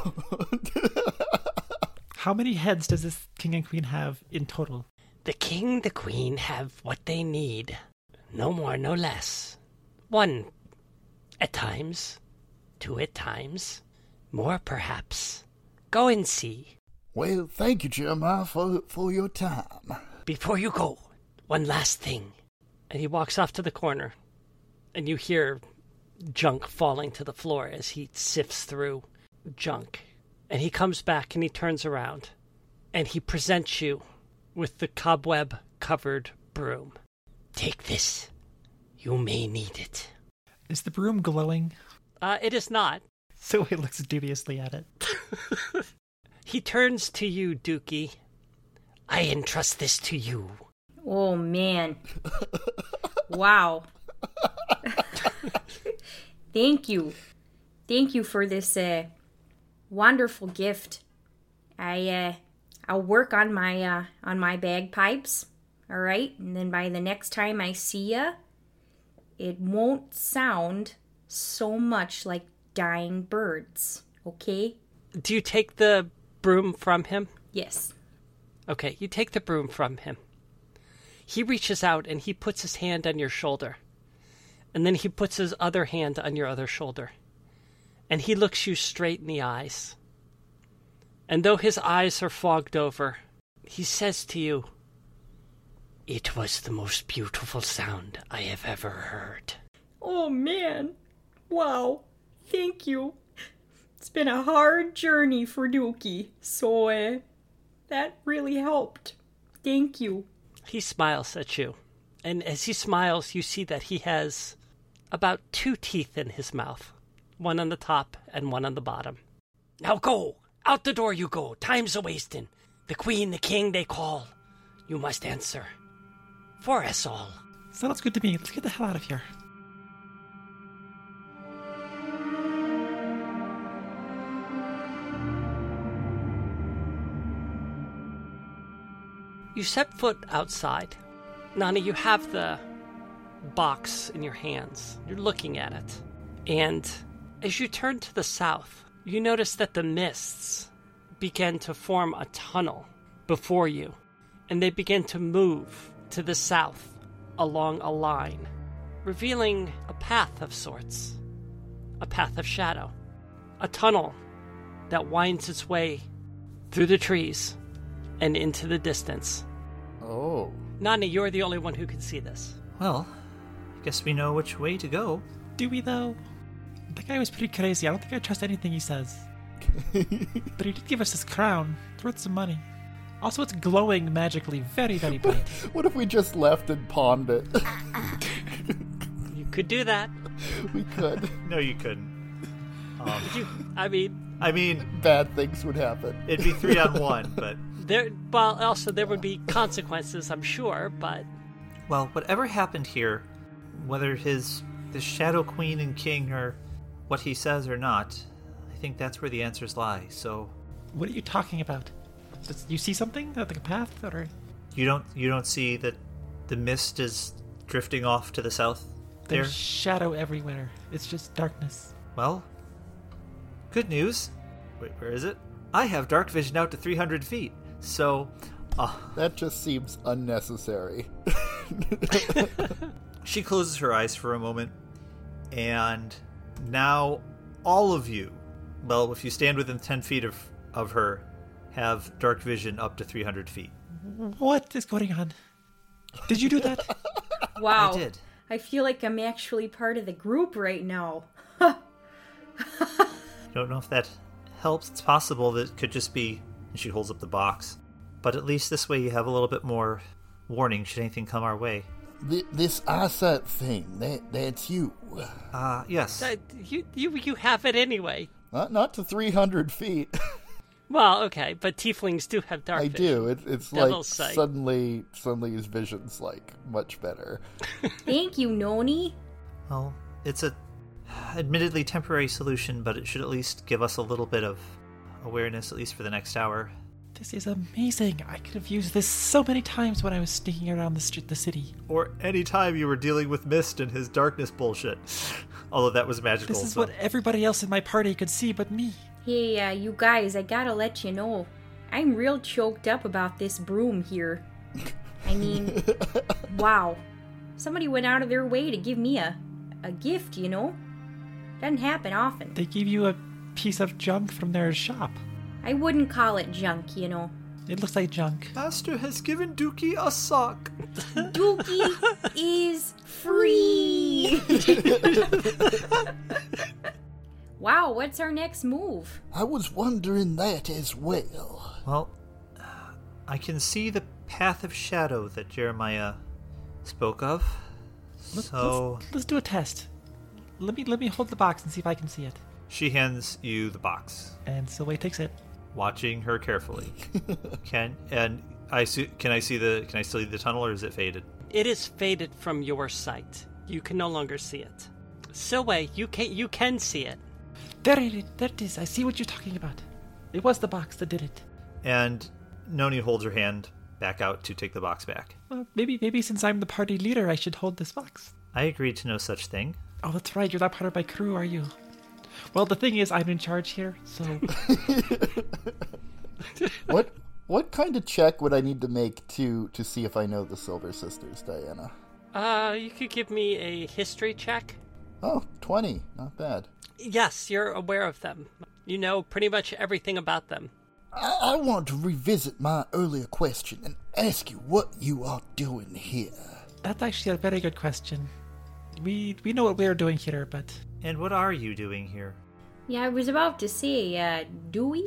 Speaker 4: How many heads does this king and queen have in total?
Speaker 2: The king, the queen have what they need. No more, no less. One at times, two at times, more perhaps. Go and see.
Speaker 5: Well, thank you,
Speaker 7: uh,
Speaker 5: Jeremiah, for, for your time.
Speaker 2: Before you go, one last thing. And he walks off to the corner, and you hear junk falling to the floor as he sifts through junk. And he comes back and he turns around, and he presents you with the cobweb covered broom. Take this. You may need it.
Speaker 4: Is the broom glowing? (laughs)
Speaker 2: Uh, it is not. (laughs)
Speaker 4: So he looks dubiously at it.
Speaker 2: He turns to you, Dookie. I entrust this to you.
Speaker 6: Oh man. wow. Thank you. Thank you for this uh, wonderful gift. I uh, I'll work on my uh, on my bagpipes. All right? And then by the next time I see ya, it won't sound so much like dying birds. Okay?
Speaker 2: Do you take the broom from him?
Speaker 6: Yes.
Speaker 2: Okay, you take the broom from him. He reaches out and he puts his hand on your shoulder. And then he puts his other hand on your other shoulder. And he looks you straight in the eyes. And though his eyes are fogged over, he says to you, It was the most beautiful sound I have ever heard.
Speaker 6: Oh man. Wow. Thank you. It's been a hard journey for Dookie, so uh, that really helped. Thank you.
Speaker 2: He smiles at you. And as he smiles, you see that he has about two teeth in his mouth one on the top and one on the bottom. Now go! Out the door you go! Time's a wasting! The queen, the king, they call. You must answer. For us all.
Speaker 4: Sounds good to me. Let's get the hell out of here.
Speaker 2: You set foot outside. Nana, you have the box in your hands. You're looking at it. And as you turn to the south, you notice that the mists begin to form a tunnel before you, and they begin to move to the south along a line, revealing a path of sorts, a path of shadow, a tunnel that winds its way through the trees and into the distance.
Speaker 7: (laughs) Oh.
Speaker 2: Nani, you're the only one who can see this.
Speaker 3: Well, I guess we know which way to go.
Speaker 4: Do we though? That guy was pretty crazy. I don't think I trust anything he says. but he did give us his crown. It's worth some money. Also, it's glowing magically.
Speaker 5: (laughs)
Speaker 4: Very, very bright.
Speaker 7: What if we just left and pawned it? (laughs)
Speaker 2: You could do that.
Speaker 7: we could.
Speaker 3: No, you couldn't. Um,
Speaker 2: You, I mean,
Speaker 3: I mean,
Speaker 7: Bad things would happen.
Speaker 3: it'd be three
Speaker 7: (laughs)
Speaker 3: on one, but
Speaker 2: there. Well, also there would be consequences, I'm sure, but
Speaker 3: well, whatever happened here, whether his the Shadow Queen and King or what he says or not, I think that's where the answers lie. So
Speaker 4: What are you talking about? Does- You see something? Like a path? Or
Speaker 3: you don't you don't see that the mist is drifting off to the south there.
Speaker 4: there's shadow everywhere. It's just darkness.
Speaker 3: Well, good news. Wait, where is it? I have dark vision out to 300 feet. So, uh,
Speaker 7: That just seems unnecessary.
Speaker 3: she closes her eyes for a moment, and now all of you, well, if you stand within 10 feet of, of her, have dark vision up to 300 feet.
Speaker 4: What is going on? Did you do that?
Speaker 6: Wow.
Speaker 3: (laughs) I did.
Speaker 6: I feel like I'm actually part of the group right now.
Speaker 3: Don't know if that helps. It's possible that it could just be. And she holds up the box. But at least this way you have a little bit more warning should anything come our way.
Speaker 5: Th- this eyesight thing, that that's you.
Speaker 3: Uh, yes.
Speaker 2: uh, you you you have it anyway.
Speaker 7: Not, not to 300 feet.
Speaker 2: Well, okay, but tieflings do have dark
Speaker 7: I
Speaker 2: vision.
Speaker 7: do. It, it's like
Speaker 2: Devil's sight.
Speaker 7: suddenly, suddenly his vision's like much better.
Speaker 6: Thank you, Noni.
Speaker 3: Well, it's a admittedly temporary solution, but it should at least give us a little bit of awareness, at least for the next hour.
Speaker 4: This is amazing. I could have used this so many times when I was sneaking around the street, the city.
Speaker 3: Or any time you were dealing with Mist and his darkness bullshit. (laughs) Although that was magical.
Speaker 4: This is
Speaker 3: so-
Speaker 4: what everybody else in my party could see but me.
Speaker 6: Hey, uh, you guys, I gotta let you know, I'm real choked up about this broom here. I
Speaker 3: (laughs)
Speaker 6: mean, wow. Somebody went out of their way to give me a, a gift, you know? Doesn't happen often.
Speaker 4: They gave you a piece of junk from their shop.
Speaker 6: I wouldn't call it junk, you know.
Speaker 4: It looks like junk.
Speaker 3: Master has given Dookie a sock.
Speaker 6: Dookie is free. wow, what's our next move?
Speaker 5: I was wondering that as well.
Speaker 3: Well, I can see the path of shadow that Jeremiah spoke of.
Speaker 4: Let's,
Speaker 3: So
Speaker 4: let's, let's do a test. Let me let me hold the box and see if I can see it.
Speaker 3: she hands you the box,
Speaker 4: And Silway takes it.
Speaker 3: watching her carefully. can and I see, can I see the can I see the tunnel or is it faded?
Speaker 2: It is faded from your sight. You can no longer see it. Silway, you can you can see it.
Speaker 4: There it is. There it is. I see what you're talking about. It was the box that did it.
Speaker 3: And Noni holds her hand back out to take the box back.
Speaker 4: Well, maybe maybe since I'm the party leader, I should hold this box.
Speaker 3: I agreed to no such thing.
Speaker 4: Oh, that's right. You're not part of my crew, are you? Well, the thing is, I'm in charge here, so
Speaker 7: What what kind of check would I need to make to to see if I know the Silver Sisters, Diana?
Speaker 2: Uh, you could give me a history check.
Speaker 7: Oh, 20. Not bad.
Speaker 2: Yes, you're aware of them. You know pretty much everything about them.
Speaker 5: I, I want to revisit my earlier question and ask you what you are doing here.
Speaker 4: that's actually a very good question. We we know what we are doing here, but
Speaker 3: And what are you doing here?
Speaker 6: Yeah, I was about to say, uh, do (laughs) we?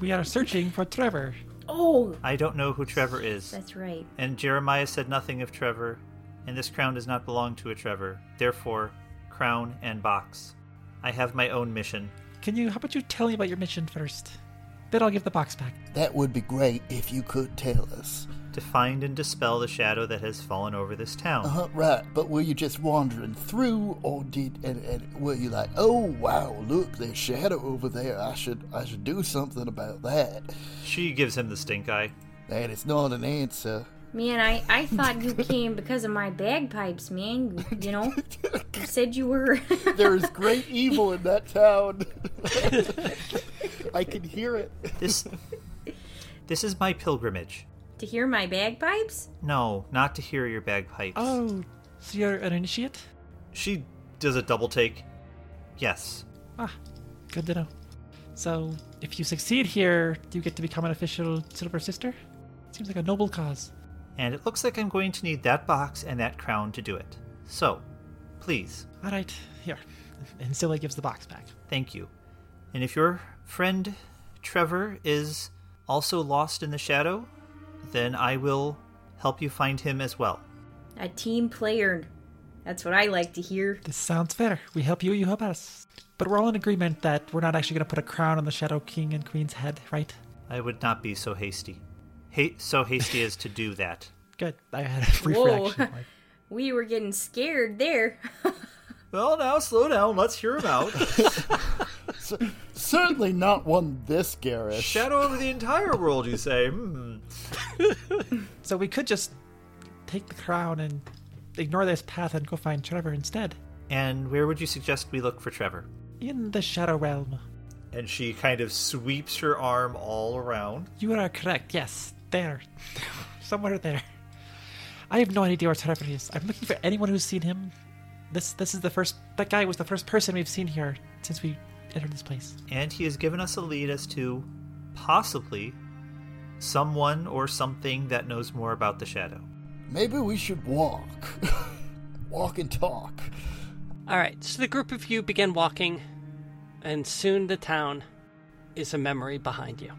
Speaker 4: we are searching for Trevor.
Speaker 6: oh,
Speaker 3: I don't know who Trevor is.
Speaker 6: that's right.
Speaker 3: And Jeremiah said nothing of Trevor, and this crown does not belong to a Trevor. Therefore, crown and box. I have my own mission.
Speaker 4: Can you? How about you tell me about your mission first? Then I'll give the box back.
Speaker 5: That would be great if you could tell us.
Speaker 3: To find and dispel the shadow that has fallen over this town.
Speaker 5: Uh huh, right. But were you just wandering through, or did and, and were you like, oh wow, look, there's shadow over there. I should I should do something about that.
Speaker 3: She gives him the stink eye.
Speaker 5: That is not an answer.
Speaker 6: Man, I, I thought you came because of my bagpipes, man. You, you know, you said you were. (laughs)
Speaker 7: There is great evil in that town. I can hear it.
Speaker 3: This. this is my pilgrimage.
Speaker 6: to hear my bagpipes?
Speaker 3: No, not to hear your bagpipes.
Speaker 4: Oh, so you're an initiate?
Speaker 3: She does a double take. Yes.
Speaker 4: Ah, good to know. So, if you succeed here, you get to become an official Silver Sister? Seems like a noble cause.
Speaker 3: And it looks like I'm going to need that box and that crown to do it. So, please,
Speaker 4: All right, here. And Scylla gives the box back.
Speaker 3: Thank you. And if your friend Trevor is also lost in the shadow, then I will help you find him as well.
Speaker 6: A team player. That's what I like to hear.
Speaker 4: This sounds fair. We help you, you help us. But we're all in agreement that we're not actually going to put a crown on the Shadow King and Queen's head, right?
Speaker 3: I would not be so hasty. Ha- so hasty as to do that.
Speaker 4: Good. I had a (laughs) brief
Speaker 6: Whoa.
Speaker 4: reaction. Like,
Speaker 6: We were getting scared there. (laughs)
Speaker 3: Well, now slow down. Let's hear him out. (laughs)
Speaker 7: Certainly not one this garish.
Speaker 3: shadow over the entire world, you say? Hmm.
Speaker 4: so we could just take the crown and ignore this path and go find Trevor instead.
Speaker 3: And where would you suggest we look for Trevor?
Speaker 4: In the Shadow Realm.
Speaker 3: And she kind of sweeps her arm all around.
Speaker 4: You are correct. Yes, there, (laughs) somewhere there. I have no idea where Trevor is. I'm looking for anyone who's seen him. This this is the first. That guy was the first person we've seen here since we entered this place.
Speaker 3: And he has given us a lead as to possibly someone or something that knows more about the shadow.
Speaker 5: Maybe we should walk, walk and talk.
Speaker 2: All right, so the group of you begin walking, and soon the town is a memory behind you.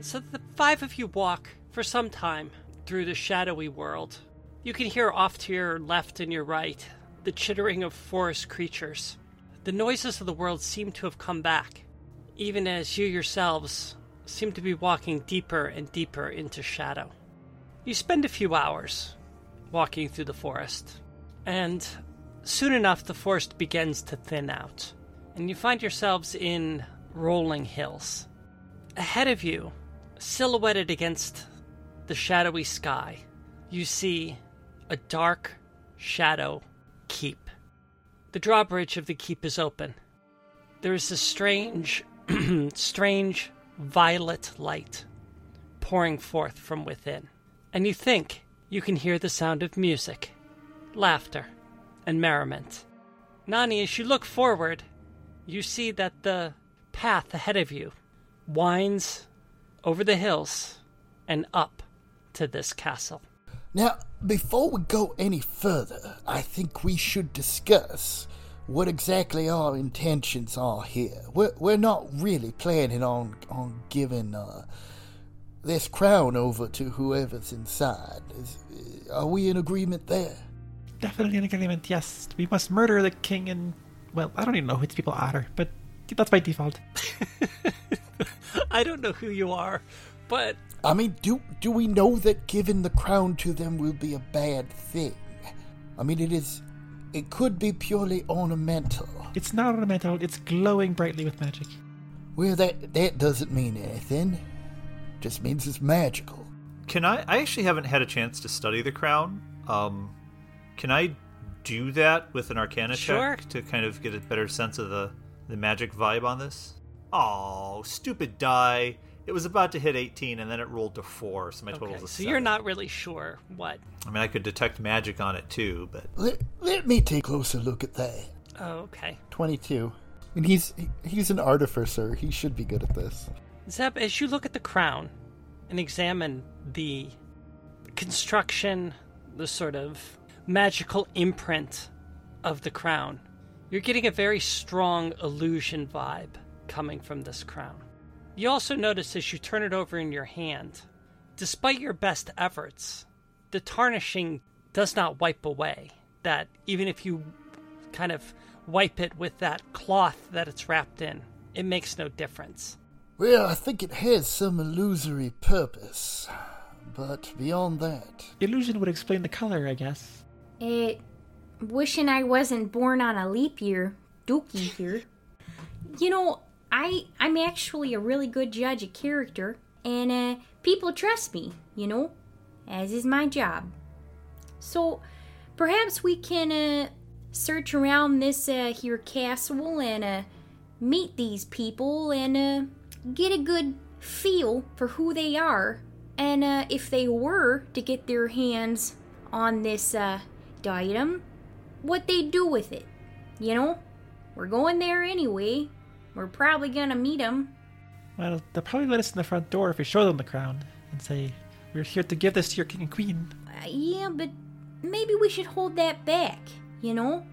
Speaker 2: So the five of you walk for some time through the shadowy world. You can hear off to your left and your right the chittering of forest creatures. The noises of the world seem to have come back, even as you yourselves seem to be walking deeper and deeper into shadow. You spend a few hours walking through the forest, and soon enough the forest begins to thin out, and you find yourselves in rolling hills. Ahead of you, silhouetted against the shadowy sky, you see a dark shadow keep. The drawbridge of the keep is open. There is a strange, (clears throat) strange violet light pouring forth from within, and you think you can hear the sound of music, laughter, and merriment. Nani, as you look forward, you see that the path ahead of you winds over the hills and up to this castle.
Speaker 5: Now, before we go any further, I think we should discuss what exactly our intentions are here. We're, we're not really planning on, on giving uh, this crown over to whoever's inside. Is, are we in agreement there?
Speaker 4: Definitely an agreement, yes. We must murder the king and. Well, I don't even know which people are, but that's by default.
Speaker 2: (laughs) I don't know who you are, but
Speaker 5: I mean, do do we know that giving the crown to them will be a bad thing? I mean, it is. It could be purely ornamental.
Speaker 4: It's not ornamental, it's glowing brightly with magic.
Speaker 5: Well, that that doesn't mean anything. Just means it's magical.
Speaker 3: Can I? I actually haven't had a chance to study the crown. Um, can I do that with an Arcana
Speaker 2: Sure.
Speaker 3: check to kind of get a better sense of the the magic vibe on this? Oh, stupid die! It was about to hit 18, and then it rolled to four, so my total
Speaker 2: okay,
Speaker 3: is a
Speaker 2: so
Speaker 3: you
Speaker 2: you're not really sure what.
Speaker 3: I mean, I could detect magic on it too, but
Speaker 5: Let, let me take a closer look at that.
Speaker 2: Oh, okay.
Speaker 7: 22. And he's he- he's an artificer. He should be good at this.
Speaker 2: Zeb, as you look at the crown and examine the construction, the sort of magical imprint of the crown, you're getting a very strong illusion vibe coming from this crown. You also notice as you turn it over in your hand, despite your best efforts, the tarnishing does not wipe away. That even if you kind of wipe it with that cloth that it's wrapped in, it makes no difference.
Speaker 5: Well, I think it has some illusory purpose, but beyond that,
Speaker 4: Illusion would explain the color, I guess.
Speaker 6: It wishing I wasn't born on a leap year, Dookie here. you know, I I'm actually a really good judge of character, and uh, people trust me. You know, as is my job. So, perhaps we can uh, search around this uh, here castle and uh, meet these people and uh, get a good feel for who they are and uh, if they were to get their hands on this uh, diadem, what they do with it. You know, we're going there anyway. We're probably gonna meet them.
Speaker 4: Well, they'll probably let us in the front door if we show them the crown and say, We're here to give this to your king and queen.
Speaker 6: Uh, yeah, but maybe we should hold that back. You know,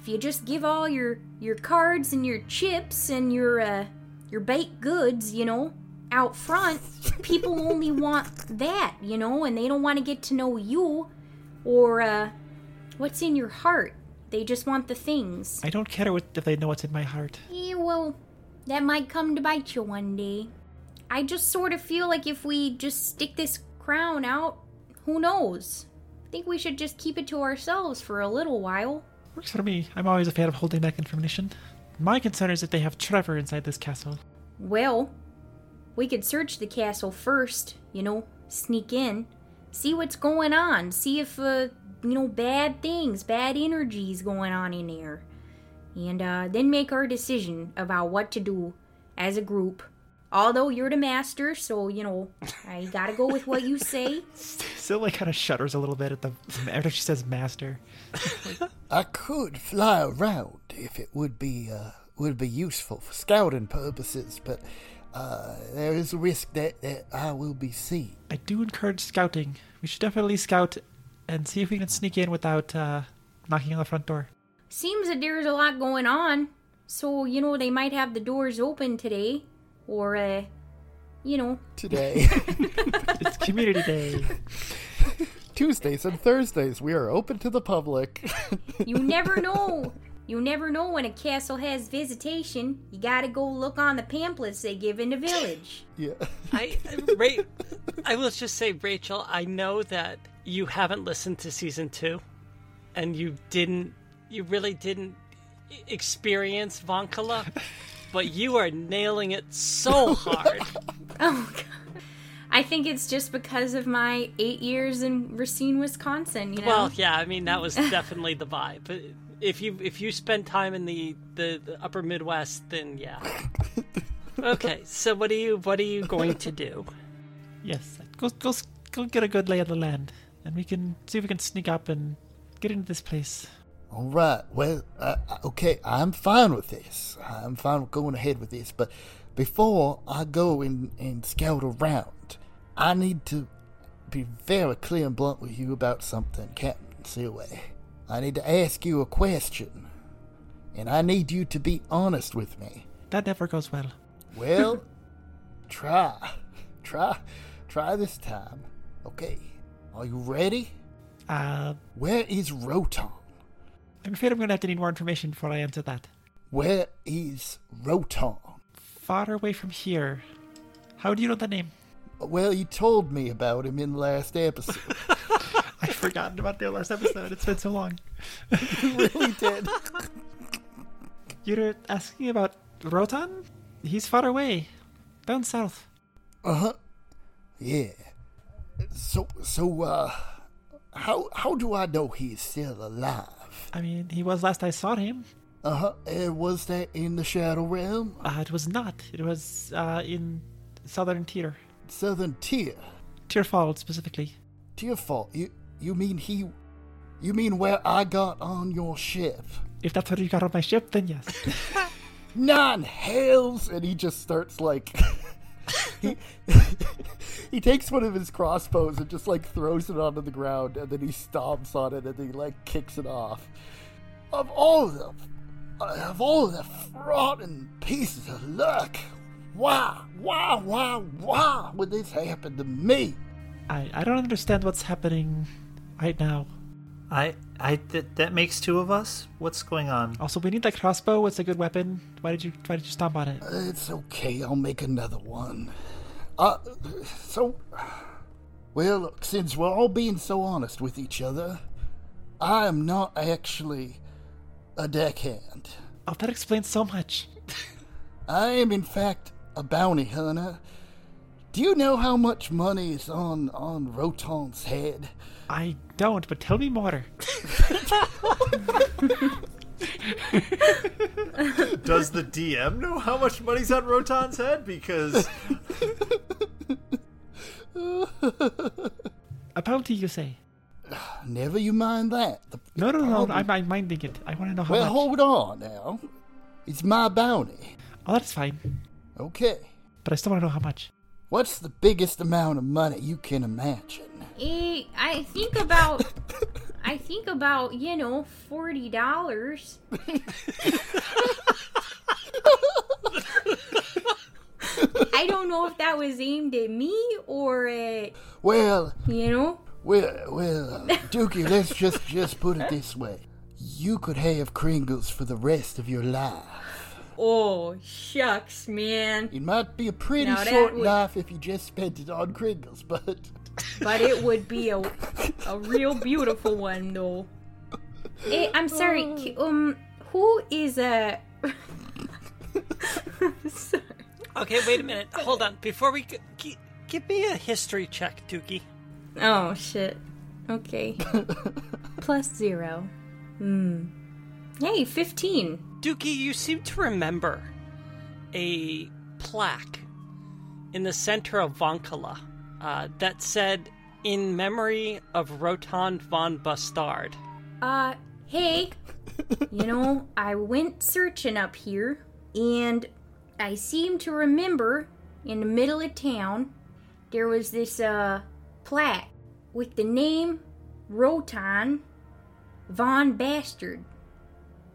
Speaker 6: if you just give all your your cards and your chips and your uh, your baked goods, you know, out front, people only want that. You know, and they don't want to get to know you or uh, what's in your heart. They just want the things.
Speaker 4: I don't care what, if they know what's in my heart.
Speaker 6: Yeah, Eh, well, that might come to bite you one day. I just sort of feel like if we just stick this crown out, who knows? I think we should just keep it to ourselves for a little while.
Speaker 4: Works for me. I'm always a fan of holding back information. My concern is if they have Trevor inside this castle. (laughs)
Speaker 6: Well, we could search the castle first, you know, sneak in, see what's going on, see if, uh, you know, bad things, bad energies going on in there. And uh, then make our decision about what to do as a group. Although you're the master, so, you know, I gotta go with what you say. (laughs)
Speaker 4: Scylla kind of shudders a little bit at the after she says master.
Speaker 5: I could fly around if it would be uh, would be useful for scouting purposes, but uh, there is a risk that, that I will be seen.
Speaker 4: I do encourage scouting. We should definitely scout and see if we can sneak in without uh, knocking on the front door.
Speaker 6: Seems that there's a lot going on, so, you know, they might have the doors open today, or, uh, you know,
Speaker 7: Today,
Speaker 4: It's community day.
Speaker 7: Tuesdays and Thursdays, we are open to the
Speaker 5: (laughs)
Speaker 7: public.
Speaker 6: You never know. You never know when a castle has visitation. You gotta go look on the pamphlets they give in the village.
Speaker 7: yeah.
Speaker 2: I, Ra- I will just say, Rachel, I know that you haven't listened to season two, and you didn't, you really didn't e- experience Vonkala, but you are nailing it so hard.
Speaker 6: Oh god. I think it's just because of my eight years in Racine, Wisconsin, you know.
Speaker 2: Well, yeah, I mean that was definitely the vibe. But if you if you spend time in the, the, the Upper Midwest, then yeah. Okay, so what are you what are you going to do?
Speaker 4: yes, go, go, s- go get a good lay of the land, and we can see if we can sneak up and get into this place.
Speaker 5: All right. Well, uh, okay. I'm fine with this. I'm fine with going ahead with this. But before I go and, and scout around, I need to be very clear and blunt with you about something, Captain Seaway. I need to ask you a question, and I need you to be honest with me.
Speaker 4: That never goes well.
Speaker 5: Well, try. Try. Try this time. Okay. Are you ready?
Speaker 4: Uh,
Speaker 5: Where is Rotom?
Speaker 4: I'm afraid I'm going to have to need more information before I answer that.
Speaker 5: Where is Rotom?
Speaker 4: Far away from here. How do you know the name?
Speaker 5: Well, you told me about him in the last episode. (laughs)
Speaker 4: (laughs) I've forgotten about the last episode. It's been so long.
Speaker 5: you really did.
Speaker 4: You're asking about Rotan? He's far away. Down south.
Speaker 5: Uh huh. Yeah. So so uh, how how do I know he's still alive?
Speaker 4: I mean, he was last I saw him.
Speaker 5: Uh huh. And was that in the Shadow Realm,
Speaker 4: Uh, it was not. It was uh, in southern Tier.
Speaker 5: Southern Tier,
Speaker 4: Tierfall specifically.
Speaker 5: Tearfall? You you mean he? You mean where I got on your ship?
Speaker 4: If that's what you got on my ship, then yes.
Speaker 5: Nine hells, and he just starts like. he, (laughs) he takes one of his crossbows and just like throws it onto the ground, and then he stomps on it, and then he like kicks it off. Of all the, of all the rotten pieces of luck, why, why, why, why would this happen to me?
Speaker 4: I, I don't understand what's happening right now.
Speaker 3: I, I, th- that makes two of us. What's going on?
Speaker 4: Also, we need that crossbow. It's a good weapon. Why did you Why did you stomp on it?
Speaker 5: It's okay. I'll make another one. Uh, so, well, look, since we're all being so honest with each other, I am not actually a deckhand.
Speaker 4: Oh, that explains so much.
Speaker 5: I am, in fact, a bounty hunter. Do you know how much money is on on Roton's head? (laughs)
Speaker 4: I don't, but tell me more.
Speaker 3: Does the DM know how much money's on Rotan's head? Because
Speaker 4: A bounty, you say?
Speaker 5: Never you mind that. The-
Speaker 4: No, no, no. no, I'm, I'm minding it. I want to know how
Speaker 5: well,
Speaker 4: much.
Speaker 5: hold on now. It's my bounty.
Speaker 4: Oh, that's fine.
Speaker 5: Okay.
Speaker 4: But I still want to know
Speaker 5: (laughs)
Speaker 4: how much.
Speaker 5: What's the biggest amount of money you can imagine?
Speaker 6: Eh, I think about. I think about you know forty dollars. I don't know if that was aimed at me or at
Speaker 5: Well,
Speaker 6: you know.
Speaker 5: Well, well,
Speaker 6: (laughs)
Speaker 5: uh, Dookie, let's just just put it this way: you could have Kringles for the rest of your life.
Speaker 6: Oh shucks, man!
Speaker 5: It might be a pretty
Speaker 6: Now that
Speaker 5: short
Speaker 6: would-
Speaker 5: life if you just spent it on Kringles, but
Speaker 6: But it would be a a real beautiful one though. Eh, I'm sorry. c- Um, who is a? sorry.
Speaker 2: Okay, wait a minute. Hold on. Before we g- g- give me a history check, Dookie.
Speaker 6: Oh shit. Okay. (laughs) Plus zero. Hmm. Hey, fifteen.
Speaker 2: Dookie, you seem to remember a plaque in the center of Vonkala uh, that said, "In memory of Rotan von Bastard."
Speaker 6: Uh, hey. you know, I went searching up here, and I seem to remember in the middle of town there was this uh plaque with the name Rotan Von Bastard.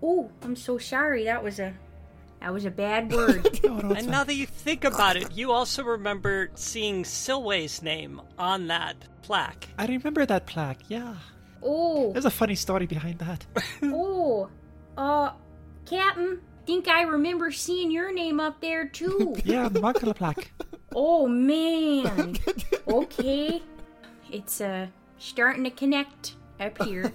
Speaker 6: Oh, I'm so sorry. That was a that was a bad word.
Speaker 4: (laughs) No, no, it's
Speaker 2: and
Speaker 4: fine.
Speaker 2: now that you think about it, you also remember seeing Silway's name on that plaque.
Speaker 4: I remember that plaque. Yeah, (laughs)
Speaker 6: oh.
Speaker 4: there's a funny story behind that.
Speaker 6: Oh, uh, Captain, think I remember seeing your name up there too.
Speaker 4: Yeah, the
Speaker 5: (laughs)
Speaker 4: Makala plaque.
Speaker 6: oh man. Okay, it's uh starting to connect up here.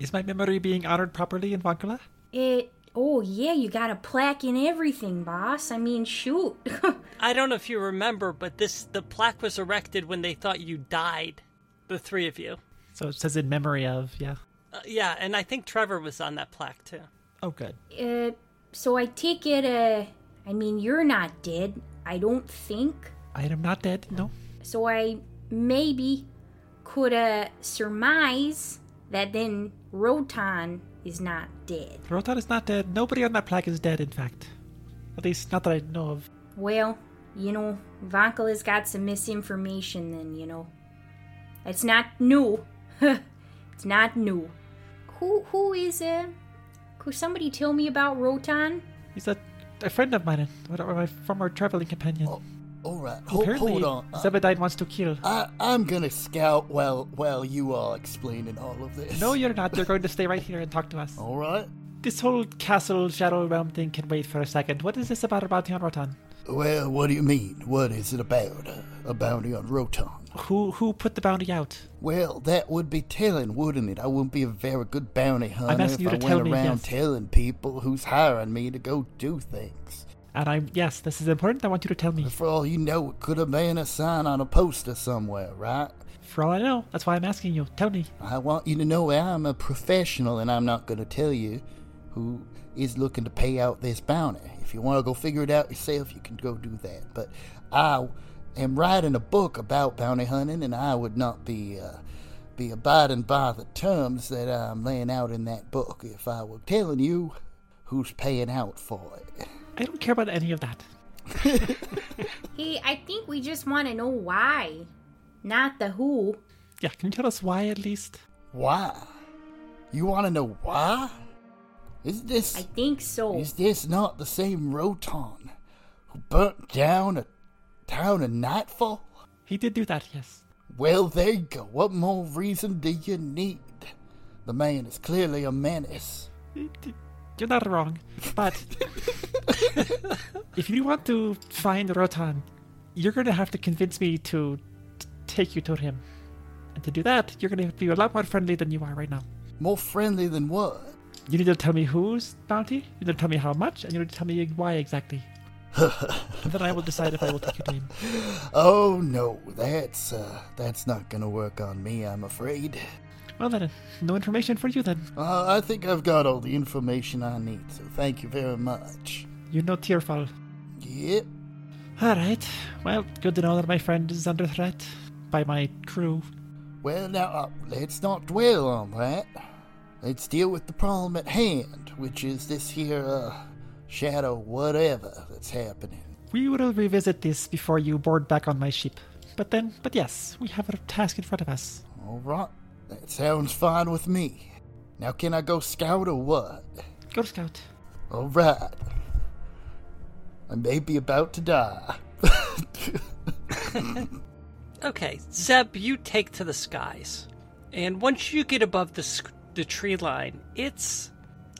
Speaker 4: Is my memory being honored properly in Wankala?
Speaker 6: It. Oh yeah, you got a plaque and everything, boss. I mean, shoot. (laughs)
Speaker 2: I don't know if you remember, but this the plaque was erected when they thought you died, the three of you.
Speaker 4: So it says in memory of. Yeah.
Speaker 2: Uh, yeah, and I think Trevor was on that plaque too.
Speaker 4: Oh, good.
Speaker 6: uh, so I take it. Uh, I mean, you're not dead. I don't think.
Speaker 4: I am not dead. No.
Speaker 6: So I maybe could uh, surmise that then Rotan is not dead.
Speaker 4: Rotan is not dead. Nobody on that plaque is dead, in fact. At least, not that I know of.
Speaker 6: Well, you know, Vankala's got some misinformation then, you know. It's not new. (laughs) it's not new. Who who is it? Could somebody tell me about Rotan?
Speaker 4: He's a, a friend of mine, or my former traveling companion.
Speaker 5: Oh, all right,
Speaker 4: who
Speaker 5: hold,
Speaker 4: apparently,
Speaker 5: hold on. Uh, I,
Speaker 4: Zebediah wants to kill.
Speaker 5: I, I'm gonna scout while while you are explaining all of this.
Speaker 4: No, you're not. You're going to stay right here and talk to us.
Speaker 5: All right.
Speaker 4: This whole castle shadow realm thing can wait for a second. What is this about a bounty on Rotan?
Speaker 5: Well, what do you mean? What is it about? Uh, a bounty on Rotan?
Speaker 4: Who who put the bounty out?
Speaker 5: Well, that would be telling, wouldn't it? I wouldn't be a very good bounty hunter if
Speaker 4: asking you
Speaker 5: I
Speaker 4: to
Speaker 5: went
Speaker 4: tell me,
Speaker 5: around
Speaker 4: yes.
Speaker 5: telling people who's hiring me to go do things.
Speaker 4: And I'm yes, this is important. I want you to tell me.
Speaker 5: For all you know, it could have been a sign on a poster somewhere, right?
Speaker 4: For all I know, that's why I'm asking you. Tell me.
Speaker 5: I want you to know I'm a professional and I'm not going to tell you who is looking to pay out this bounty. If you want to go figure it out yourself, you can go do that. But I am writing a book about bounty hunting and I would not be uh, be abiding by the terms that I'm laying out in that book if I were telling you who's paying out for it.
Speaker 4: I don't care about any of that.
Speaker 6: Hey, I think we just want to know why, not the who.
Speaker 4: Yeah, can you tell us why at least?
Speaker 5: Why? You want to know why? Is this
Speaker 6: I think
Speaker 4: Oh.
Speaker 6: so.
Speaker 5: Is this not the same Roton who burnt down a town in Nightfall?
Speaker 4: He did do that, yes.
Speaker 5: Well, there you go. What more reason do you need? The man is clearly a menace.
Speaker 4: You're not wrong, but if you want to find Rotan, you're going to have to convince me to t- take you to him. And to do that, you're going to have to be a lot more friendly than you are right now.
Speaker 5: More friendly than what?
Speaker 4: You need to tell me whose bounty, you need to tell me how much, and you need to tell me why exactly. and (laughs) then I will decide if I will take you to him.
Speaker 5: (laughs) Oh no, that's uh, that's not gonna work on me, I'm afraid.
Speaker 4: Well then, no information for you then.
Speaker 5: Uh, I think I've got all the information I need, so thank you very much.
Speaker 4: You know Tearfall.
Speaker 5: Yep.
Speaker 4: Alright, well, good to know that my friend is under threat by my crew.
Speaker 5: Well, now, uh, let's not dwell on that. Let's deal with the problem at hand, which is this here, uh, shadow whatever that's happening.
Speaker 4: We will revisit this before you board back on my ship. But then, but yes, we have a task in front of us.
Speaker 5: Alright, that sounds fine with me. Now, can I go scout or what?
Speaker 4: Go, Scout.
Speaker 5: Alright. I may be about to die. (laughs)
Speaker 2: Okay, Zeb, you take to the skies. And once you get above the, sc- the tree line, it's.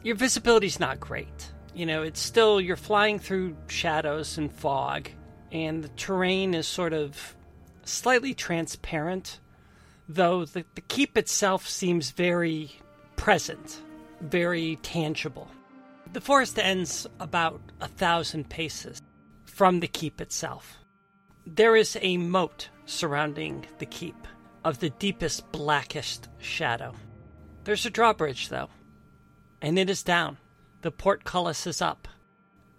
Speaker 2: Your visibility's not great. You know, it's still. You're flying through shadows and fog, and the terrain is sort of slightly transparent, though the, the keep itself seems very present, very tangible. The forest ends about a thousand paces from the keep itself. There is a moat surrounding the keep of the deepest, blackest shadow. There's a drawbridge, though, and it is down. The portcullis is up,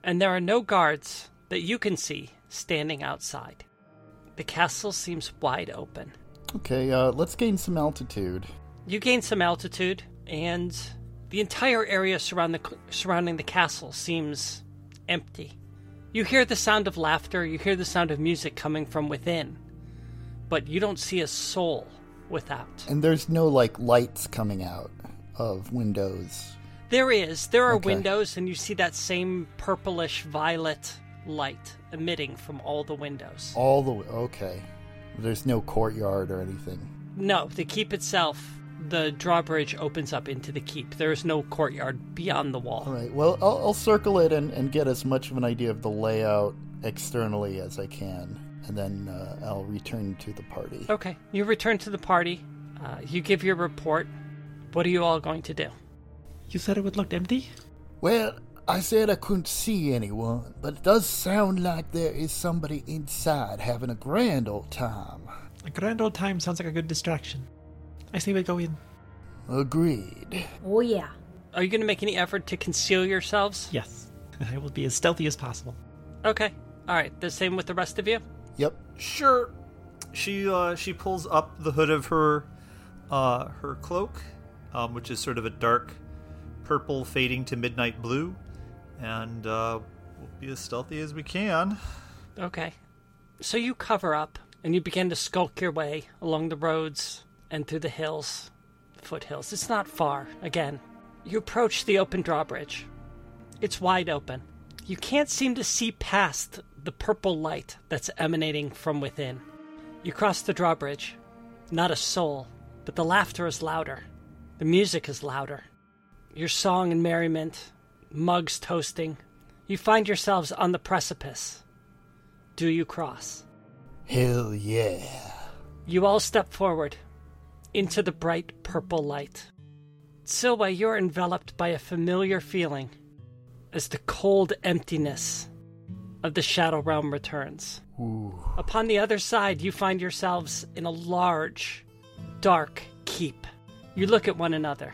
Speaker 2: and there are no guards that you can see standing outside. The castle seems wide open.
Speaker 7: Okay, uh, let's gain some altitude.
Speaker 2: You gain some altitude, and the entire area surround the, surrounding the castle seems empty. You hear the sound of laughter, you hear the sound of music coming from within, but you don't see a soul without.
Speaker 7: And there's no, like, lights coming out of windows.
Speaker 2: There is, there are
Speaker 7: Okay.
Speaker 2: windows, and you see that same purplish violet light emitting from all the windows.
Speaker 7: All the way. Okay. There's no courtyard or anything.
Speaker 2: No, the keep itself, the drawbridge opens up into the keep. There is no courtyard beyond the wall.
Speaker 7: All right. Well, I'll, I'll circle it and, and get as much of an idea of the layout externally as I can, and then uh, I'll return to the party.
Speaker 2: Okay. You return to the party. Uh, you give your report. What are you all going to do?
Speaker 4: You said it would look empty?
Speaker 5: Well, I said I couldn't see anyone, but it does sound like there is somebody inside having a grand old time.
Speaker 4: A grand old time sounds like a good distraction. I say we go in.
Speaker 5: Agreed.
Speaker 6: oh yeah.
Speaker 2: Are you going to make any effort to conceal yourselves?
Speaker 4: Yes. (laughs) I will be as stealthy as possible.
Speaker 2: Okay. All right. The same with the rest of you?
Speaker 7: Yep.
Speaker 3: Sure. She uh, she pulls up the hood of her uh, her cloak, um, which is sort of a dark purple fading to midnight blue, and uh, we'll be as stealthy as we can.
Speaker 2: Okay. So you cover up and you begin to skulk your way along the roads and through the hills, foothills. It's not far. Again, you approach the open drawbridge. It's wide open. You can't seem to see past the purple light that's emanating from within. You cross the drawbridge. Not a soul, but the laughter is louder. The music is louder. Your song and merriment, mugs toasting. You find yourselves on the precipice. Do you cross?
Speaker 5: Hell yeah.
Speaker 2: You all step forward into the bright purple light. Silva, you're enveloped by a familiar feeling as the cold emptiness of the Shadow Realm returns.
Speaker 7: (laughs)
Speaker 2: Upon the other side, you find yourselves in a large, dark keep. You look at one another,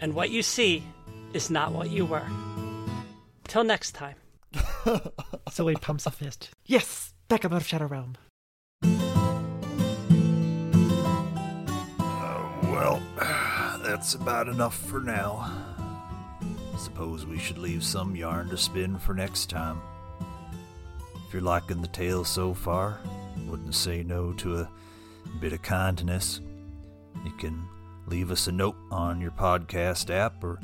Speaker 2: and what you see is not what you were. Till next time.
Speaker 4: Zoe pumps a fist. Yes, back above Shadow Realm.
Speaker 1: Uh, Well, (sighs) that's about enough for now. Suppose we should leave some yarn to spin for next time. If you're liking the tale so far, wouldn't say no to a bit of kindness. You can leave us a note on your podcast app or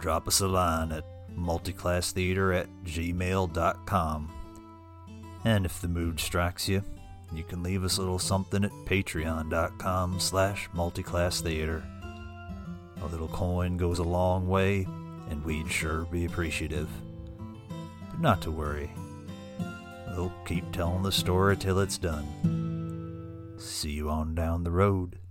Speaker 1: drop us a line at multiclasstheater at gmail.com. And if the mood strikes you, you can leave us a little something at patreon.com slash multiclasstheater. A little coin goes a long way, and we'd sure be appreciative. But not to worry. We'll keep telling the story till it's done. See you on down the road.